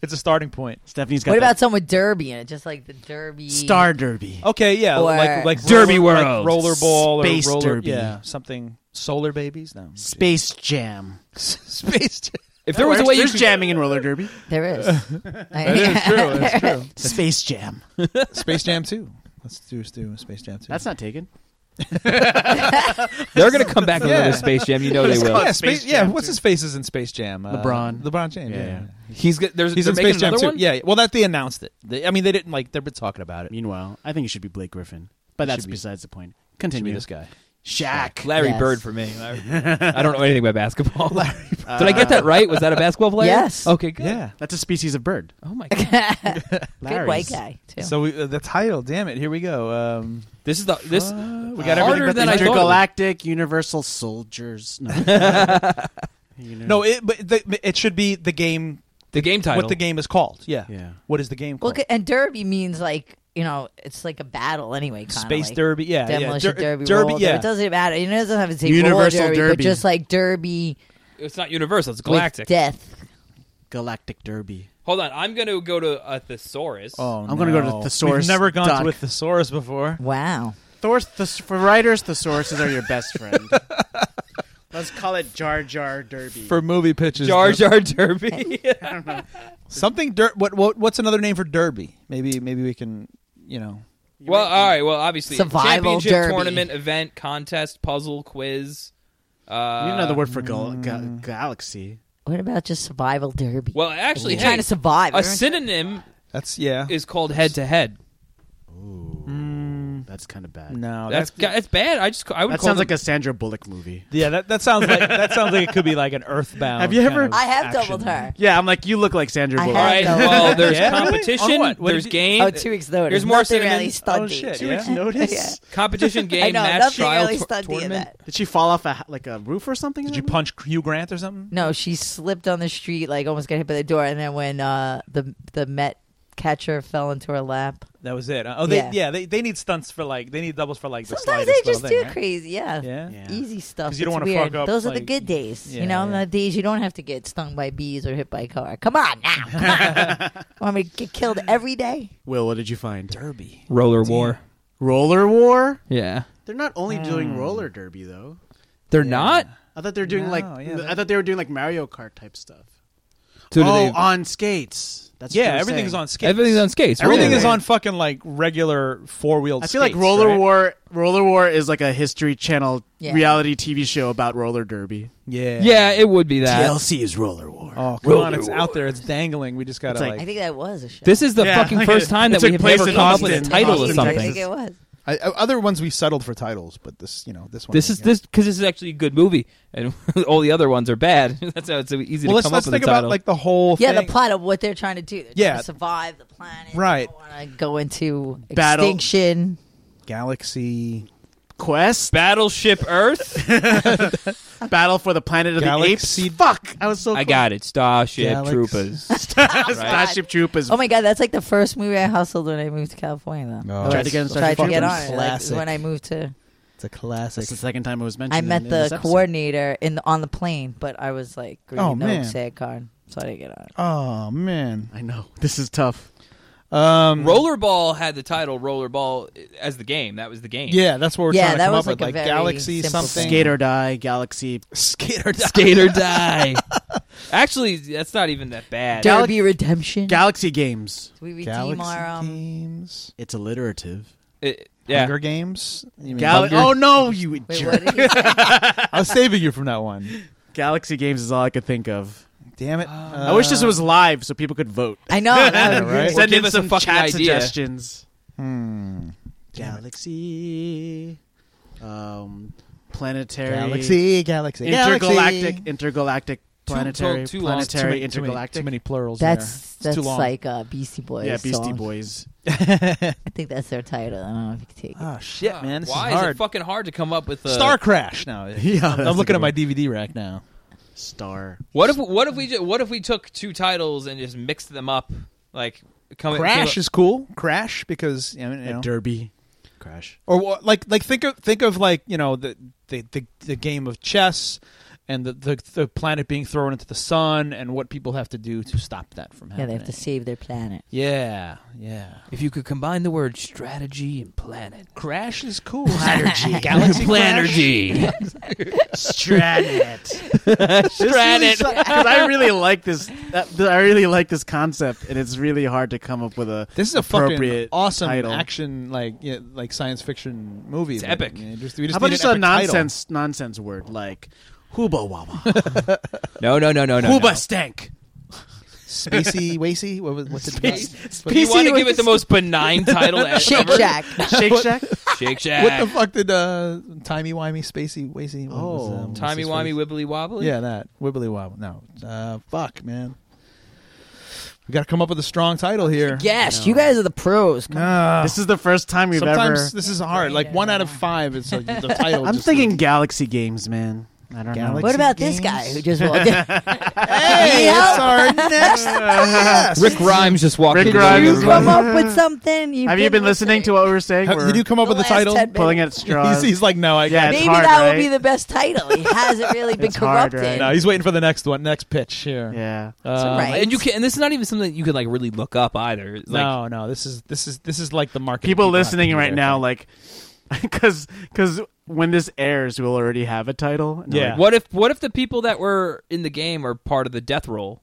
It's a starting point. Stephanie's got What about that someone with derby in it? Just like the derby. Star Derby. Oh, Okay, yeah, Or- like like Derby roller, World. like rollerball, Space or roller, Derby. yeah, something. Solar babies, no, Space Jam. space. Derby. If there was a way you There's could, jamming in roller derby. There is. That is true. That's true. Space Jam. Space Jam two. Let's do, let's do Space Jam two. That's not taken. they're going to come back with Yeah. another Space Jam. You know they will. yeah, Space space, yeah. Jam What's 2. his face is in Space Jam? Uh, LeBron. LeBron James. Yeah, Yeah, yeah. He's got, there's he's they're in making Space Jam another two. one? Yeah, yeah. well, that they announced it. They, I mean, they didn't like they've been talking about it. Meanwhile, I think it should be Blake Griffin. But that's should be- besides the point. Should be Continue. this guy. Shaq. Larry Yes. Bird for me. Larry Bird. I don't know anything about basketball. Did I get that right? Was that a basketball player? Yes. Okay. Good. Yeah. That's a species of bird. Oh my god. Good white guy too. So we, uh, the title. Damn it. Here we go. Um, This is the this. we got everything harder but the than I thought. it was. Intergalactic Universal Soldiers. No. You know. No, it but the, it should be the game. The game title. What the game is called? Yeah. Yeah. What is the game Well, called? c- and derby means like you know, it's like a battle anyway. Kinda Space like derby. Yeah. demolition yeah. Der- derby, Derby. roller derby. yeah. It doesn't matter. You know, it doesn't have to say Universal roller derby, derby. but just like derby It's not Universal. It's with Galactic. death. Galactic Derby. Hold on. I'm going to go to a thesaurus. Oh, I'm gonna go to no. thesaurus We've never gone doc. to a thesaurus before. Wow. Thor, the, for writers, the sources are your best friend. Let's call it Jar Jar Derby. For movie pitches, Jar Jar der- Derby. something. Der- what, what? What's another name for derby? Maybe. Maybe we can. You know. well, all right. Well, obviously, Survival championship derby. tournament, event, contest, puzzle, quiz. Uh, you know the word for gal- ga- galaxy. What about just survival derby? Well, actually, You're trying hey, to survive. A Everyone's- synonym That's yeah. is called head to head. That's that's kind of bad. No, that's Oh, that's it's bad. I just I would that call sounds them- like a Sandra Bullock movie. yeah. That, that sounds like that sounds like it could be like an Earthbound. Have you kind ever- of I have action doubled movie. her. Yeah, I'm like you look like Sandra I Bullock. All right. Yeah. Well, there's Yeah, really? competition. On what? What there's did you- game. Oh, two weeks notice. There's more Nothing cinnamon- really stunted. Oh, shit, Two yeah. weeks notice. competition game I know match nothing trial really tor- stunted in tournament. that. Did she fall off a like a roof or something? in Did that you movie? punch Hugh Grant or something? No, she slipped on the street, like almost got hit by the door, and then when uh, the the Met catcher fell into her lap. That was it. Oh, they, Yeah. yeah. they they need stunts for like they need doubles for like the Sometimes they slightest just little do thing, right? crazy, yeah. Yeah. Yeah. Easy stuff. 'Cause you don't It's wanna fuck weird. up, Those are the like- good days, Yeah, you know. yeah. The days you don't have to get stung by bees or hit by a car. Come on now. Come on. Want me to get killed every day? Will, what did you find? Derby. Roller war. Roller war? Hmm. Yeah. They're not only doing roller derby though. They're not. I thought they were doing No, like yeah, I that- thought they were doing like Mario Kart type stuff. So do oh, they- on skates. That's what you Yeah, were everything's saying. on skates. everything's on skates. right? Everything is Yeah. on fucking like regular four wheeled. I feel like roller war. Roller war is like a History Channel Yeah. reality TV show about roller derby. Yeah. Yeah, it would be that. TLC is roller war. Oh come on, it's out there. It's dangling. We just gotta It's like- like. I think that was a show. This is the Yeah, fucking like first it- time it that we took have place ever in come up with a Austin, title or Austin, I something. think it was. I, I- other ones we settled for titles, but this, you know, this one. This is this because this is actually a good movie, and all the other ones are bad. That's how it's so easy Well, to let's come let's up with think a title. about like the whole. Yeah, the thing. plot of what they're trying to do. They're trying Yeah. to survive the planet. Right. want to go into Battle. extinction. galaxy. Quest Battleship Earth. Battle for the Planet of Galaxy- the Apes. Fuck, I was so I got it. Starship Galaxy. Troopers. close. Starship Troopers. Oh my god, that's like the first movie I hustled when I moved to California. Though No. Tried to get him tried to fucking get on it. Like, classic. when I moved to, It's a classic. That's the second time it was mentioned. I in- met in the this episode. coordinator in on the plane, but I was like green Oh, no man. sad card, so I didn't get on. it. Oh man. I know this is tough. Um, Rollerball had the title Rollerball as the game. That was the game. Yeah, that's what we're Yeah, trying to that come was up like with, a like very Galaxy simple something. thing. Skate or die, Galaxy. Skater. Skate or die. actually, that's not even that bad. Gal- Derby Redemption. Galaxy Games. we redeem Galaxy our um, games. It's alliterative. It- yeah. Hunger Games. You mean Gal- Hunger- oh no, you wait, jerk. what did he say? I was saving you from that one. Galaxy Games is all I could think of. damn it! I wish this was live so people could vote. I know. That was Right? right? Or Send give in us a some fucking chat idea. suggestions. Hmm. Galaxy, um, Uh, planetary, Galaxy, Galaxy, intergalactic, Galaxy. intergalactic, planetary, too long. planetary, Too many- too many- intergalactic. Too many plurals. in there. That's It's that's too long. like uh, Beastie Boys. yeah, Beastie song. Boys. I think that's their title. I don't know if you can take it. Oh shit, man! This Why is hard. it fucking hard to come up with a Star Crash. Now Yeah, I'm looking at my DVD rack now. star. What if what if we ju- what if we took two titles and just mixed them up like coming Crash came is cool. Crash because you know, you know. A derby crash. or wha- like like think of think of like you know the the the, the game of chess and the, the the planet being thrown into the sun and what people have to do to stop that from yeah, happening. they have to save their planet. Yeah, yeah. up- if you could combine the word strategy and planet Crash is cool. galaxy planergy Stranet. stranet Because I really like this. that- that- I really like this concept, and it's really hard to come up with a. This is a fucking appropriate awesome title. action like yeah, like science fiction movie. It's epic. just, we just How about need just an a epic title. nonsense nonsense word like Huba Wawa, no no no no no, no. Huba Stank. Spacey, Wacy. What was what's it? you want to give it the most benign title ever Shake Shack. Shake Shack? Shake Shack What the fuck did uh, timey wimey spacey wacy? what was, Oh. um, what's timey his wimey face? wibbly wobbly Yeah, that wibbly wobble. No, uh, fuck, man. We got to come up with a strong title here. Yes, you guys are the pros. Come Ah, This is the first time we've Sometimes ever. this is hard. Like one out of five, it's like the title. I'm just thinking Galaxy Games, man. I don't Galaxy- know. What about this games. guy who just walked in? Hey, it's our next guest. Rick Rhymes just walked Rick into Grimes. you the room. come up with something? You've Have you been listening to what we were saying? Have- We're did you come up The with the last title? 10 pulling at He's, straws. he's like, no, I Yeah, got it's Maybe hard, that right? will be the best title. He hasn't really been It's hard, corrupted. it. No, right? he's waiting for the next one, next pitch here. yeah. Uh, right. and you can and this is not even something that you could like really look up either It's like no, no, this is this is this is like the market. People listening right now, like, because because when this airs, we'll already have a title. And they're Yeah. like, What if what if the people that were in the game are part of the death roll?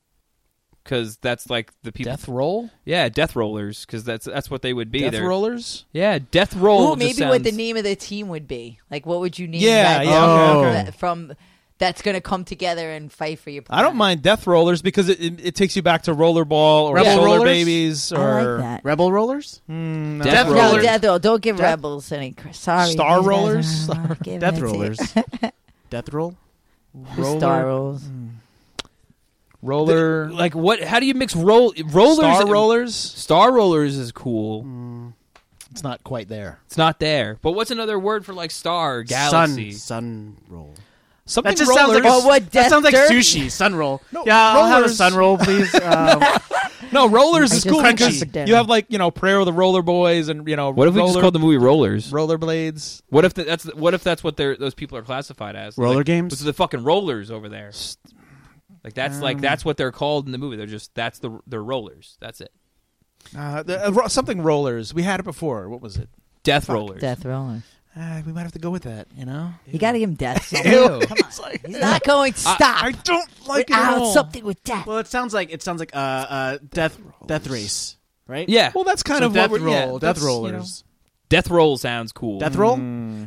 Because that's like the people. death roll, Yeah, death rollers. Because that's that's what they would be. death They're- rollers. Yeah, death roll. Ooh, just maybe sounds, what the name of the team would be. Like, what would you name Yeah, that yeah, team okay, from okay. the- from that's going to come together and fight for your I planet. don't mind death rollers because it, it, it takes you back to rollerball or Rebel solar Rollers? babies I like or that. Rebel Rollers? Death no, Rollers. Death Roll. Don't give Rebels any. cr- Sorry. Star these guys Rollers? are not giving Death it to you. Rollers. Death Roll? Who's Star Rolls. roller Like what? How do you mix roll rollers? star rollers. Star rollers is cool. Mm. It's not quite there. It's not there. But what's another word for like star Sun, galaxy? sun roll. Something That just sounds like a, rollers- Oh, what, that Death sounds like Derby? sushi. Sun roll. yeah, I'll have a rollers. sun roll, please. Um, no rollers I is just cool like because it. you have like you know prayer of the roller boys and you know What if we just roller- called the movie Rollers? rollerblades What if the, that's what if that's what they're those people are classified as? Roller like, games? This is the fucking rollers over there. Like that's um, like that's what they're called in the movie. They're just that's the they're rollers. That's it. uh, the, uh, ro- something rollers we had it before what was it Death rollers. Death Rollers. uh, we might have to go with that you know You got to give him death. something. Come on. He's not going to stop. I don't like it at without all. something with death. well, it sounds like it sounds like uh, uh, death death race, right? Yeah. well that's kind So of death what we're, roll, yeah, death that's, you know. rollers, Death roll sounds cool. death roll.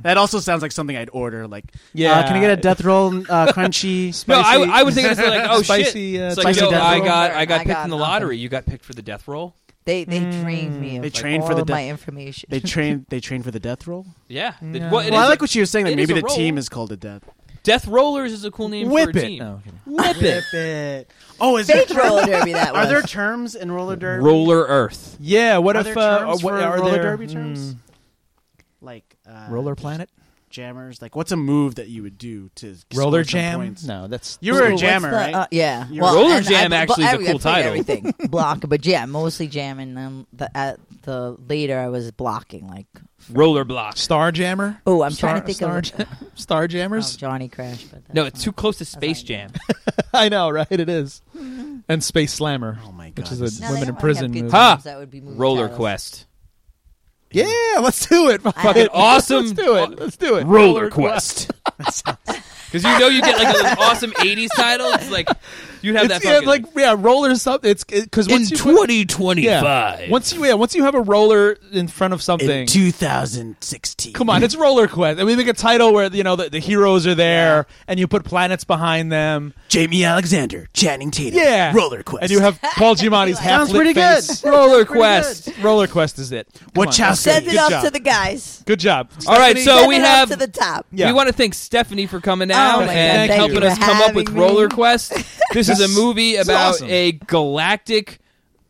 That also sounds like something I'd order. Like, yeah, Yeah. can I get a death roll uh, crunchy? no, I, spicy- I would think it's like oh spicy, shit. uh, it's like spicy yo, death I roll. got I got I picked got in the nothing. lottery. You got picked for the death roll. They they trained me. Of, They like, trained for all the of death- my information. They train they train for the death roll. Yeah. The- Yeah. well, it well, I is like a- what you were saying. Like it is maybe a the roll. team is called a death. Death rollers is a cool name whip for a it team. uh, No, okay. Whip it. it Oh, is there Fake roller derby. That was. are there terms in roller derby? Roller Earth. yeah what Are if there uh, terms uh, what for are roller there, derby terms? mm, Like uh, roller planet jammers. Like, what's a move that you would do to score roller some jam Points? no that's You were Ooh, a what's jammer, the- right? uh, yeah. You're- Roller and jam I- actually is I- a I cool played title. Everything block, but yeah, mostly jamming. Um, the at the later I was blocking. Like Roller block. star jammer oh, I'm Star- trying to think Star of Jam- star oh, jammers Johnny Crash. But that- No, it's too close to Space Jam. i know right it is and space slammer Oh my god! which is this a No, they women in don't prison have good movie Ha! teams. That would be movie Roller titles. Quest. yeah let's do it Fucking awesome. let's do it let's do it Roller Quest. Because you know you get like an awesome '80s title. It's like you have It's, that. yeah, Fucking, like yeah, rollers up. It's because once you put- 2025. yeah, once you yeah, once you have a roller in front of something. in 2016. Come on, it's Roller Quest. And we make a title where you know the, the heroes are there, and you put planets behind them. Jamie Alexander, Channing Tatum. Yeah, Roller Quest. and you have Paul Giamatti's half Sounds pretty good. Roller Quest. Roller Quest is it? Come on. Wachowski. Send it Good up job. to the guys. Good job. All right, so Send we it up have. to the top. Yeah. We want to thank Stephanie for coming Oh out my God, thank and you helping for us come up with having me. Roller Quest. This is a movie This is about awesome. a galactic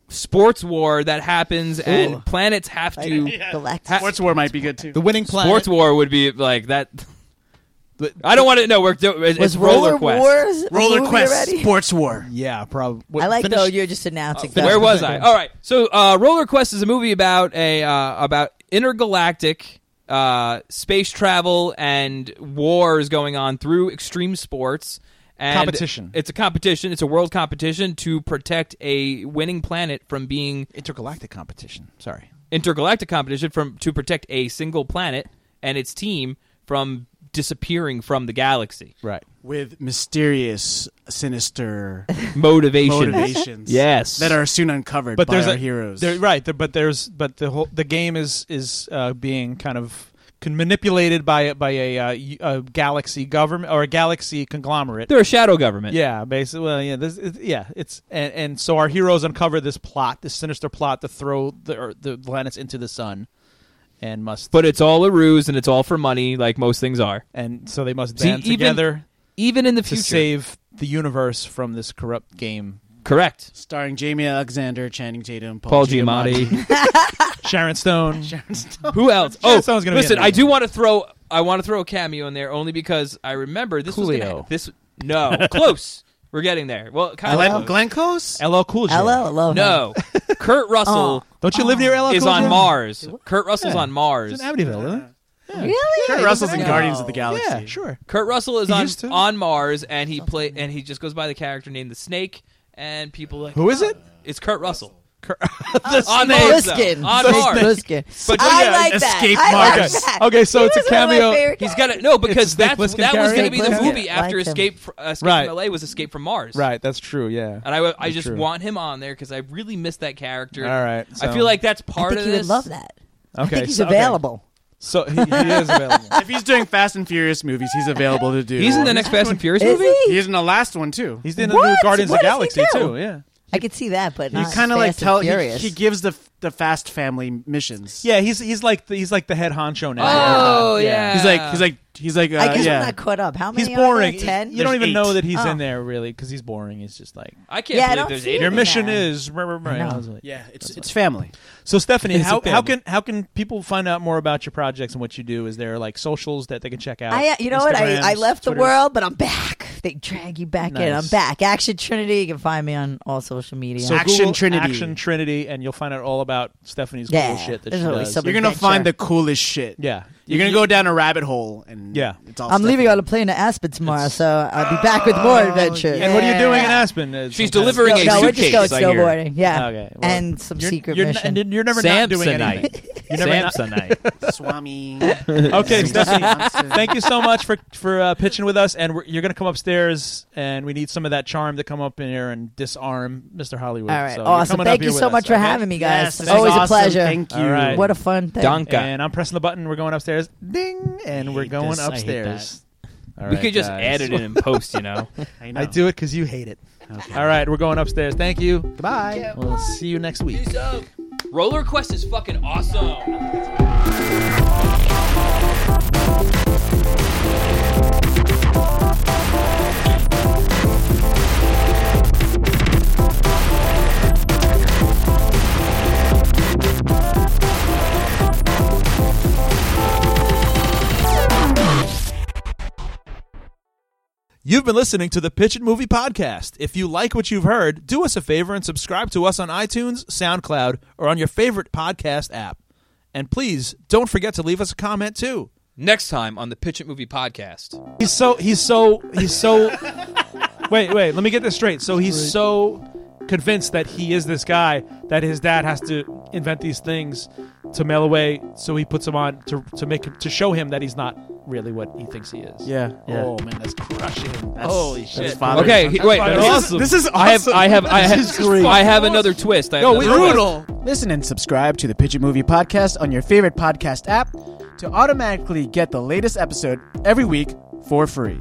sports war that happens, and planets have Like, to. Galactic. Sports War might be good too. The winning planet. Sports war would be like that. I don't want to. No, we're do- it's, it's was Roller Roller, Quest. Wars a Roller movie Quest. already? Sports War. Yeah, probably. I like though you're just announcing. that. Where was I? All right. So, uh, Roller Quest is a movie about a uh, about intergalactic uh, space travel and wars going on through extreme sports. And Competition. It's a competition. It's a world competition to protect a winning planet from being intergalactic competition. Sorry. intergalactic competition from to protect a single planet and its team from disappearing from the galaxy. Right. With mysterious, sinister Motivation. motivations. Yes. That are soon uncovered but by there's our a, heroes. there- right, there- but there's but the whole the game is is uh, being kind of con- manipulated by by a, uh, y- a galaxy government or a galaxy conglomerate. They're a shadow government. yeah, basically. Well, yeah, this, it, yeah. It's and, and so our heroes uncover this plot, this sinister plot to throw the or the planets into the sun, and must But it's all a ruse and it's all for money, like most things are. and so they must See, band even together Even in the to future. save the universe from this corrupt game. Correct. Starring Jamie Alexander, Channing Tatum, Paul, Paul Giamatti. Giamatti. Sharon Stone. Who else? Sure, Oh, someone's gonna be listen. in it. I do want to throw. I want to throw a cameo in there only because I remember this. Was gonna, Coolio. this no close. We're getting there. Well, kind of Glenn, close. Glenn Close? LL Cool J. Hello, love No, Oh. Kurt Russell Don't you live near LL is Cool on J? Mars. Kurt Russell's on It's Mars. in Amityville, isn't it? Really? Kurt Russell's in No. Guardians of the Galaxy. Yeah, sure. Kurt Russell is He on used to. on Mars, and he play and he just goes by the character named the Snake. And people like Who is it? It's Kurt Russell. on Mars, though. Bliskin. on Snake Mars. Bliskin. But I yeah, like that. Escape I like Mars. that. Okay, so He it's a was one of my cameo. favorite He's got to no It's because Snake that's Plissken that was going to be the Carey? movie Yeah, after liked him. Escape fr- uh, Escape Right. from LA was Escape from Mars. Right, that's true. Yeah. And I, I That's just true. want him on there because I really miss that character. All right, I so- feel like that's I part think of he this. would love that. I Okay, think he's so- okay. available. So he, he is available. if he's doing Fast and Furious movies, he's available to do. He's in the next Fast and Furious Is movie. he? He's in the last one too. He's in the What? new Guardians What of the does he Galaxy do? too. Yeah, I could see that, but You not kind of like Fast and tell he, Furious. he gives the the Fast family missions. yeah. He's he's like the, he's like the head honcho now. Oh Uh, yeah. He's like he's like he's like uh, I guess yeah. I'm not caught up. How many? He's are there? boring. Ten. You don't There's even eight. know that he's Oh. in there really because he's boring. He's just like I can't Yeah, I believe don't there's see eight. it. your of them. mission that. is. Yeah. yeah, it's it's family. So Stephanie, It's how, available. how can how can people find out more about your projects and what you do? Is there like socials that they can check out? I, uh, you know what? I, I Instagrams, left Twitter? the world, but I'm back. They drag you back in. I'm Nice. back. Action Trinity. You can find me on all social media. So Action Google Trinity. Action Trinity, and you'll find out all about Stephanie's yeah, cool shit that she there's always does. some You're gonna adventure. find the coolest shit. yeah, You're gonna go down a rabbit hole and Yeah. It's all I'm stuff leaving in on a plane to Aspen tomorrow, so I'll be back with more adventures. And what are you doing in Aspen? Uh, She's sometimes? delivering No, a no, we're just suitcase. going I hear. snowboarding. Yeah, Okay, well, and some You're- secret you're n- mission. and you're never not doing anything. Samsonite. Samsonite. it. Swami. Okay, Stephanie, Monster. thank you so much for for uh, pitching with us. And we're, you're going to come upstairs, and we need some of that charm to come up in here and disarm Mr. Hollywood. all right, So you're awesome. coming Thank up you here so with much us, for okay? having me, guys. Yes, this It's always is a pleasure. awesome. Thank you. All right. What a fun thing. Donka. And I'm pressing the button. We're going upstairs. Ding, and we're hate going this. I hate upstairs. All We right, could just guys. add it in and post, you know. I, I do it because you hate it. All right, we're going upstairs. Thank you. Goodbye. We'll see you next week. Roller Quest is fucking awesome. You've been listening to the Pitch It Movie Podcast. If you like what you've heard, do us a favor and subscribe to us on iTunes, SoundCloud, or on your favorite podcast app. And please don't forget to leave us a comment too. Next time on the Pitch It Movie Podcast. He's so he's so he's so. wait, wait. Let me get this straight. So he's so convinced that he is this guy that his dad has to invent these things to mail away. So he puts him on to to make him, to show him that he's not really what he thinks he is. Yeah. yeah. Oh man, that's crushing. Holy shit. Okay, he- wait. That's this is- awesome. This is I have, awesome. I have, I have, I have another twist. I have another twist. Listen and subscribe to the Pitch It Movie Podcast on your favorite podcast app to automatically get the latest episode every week for free.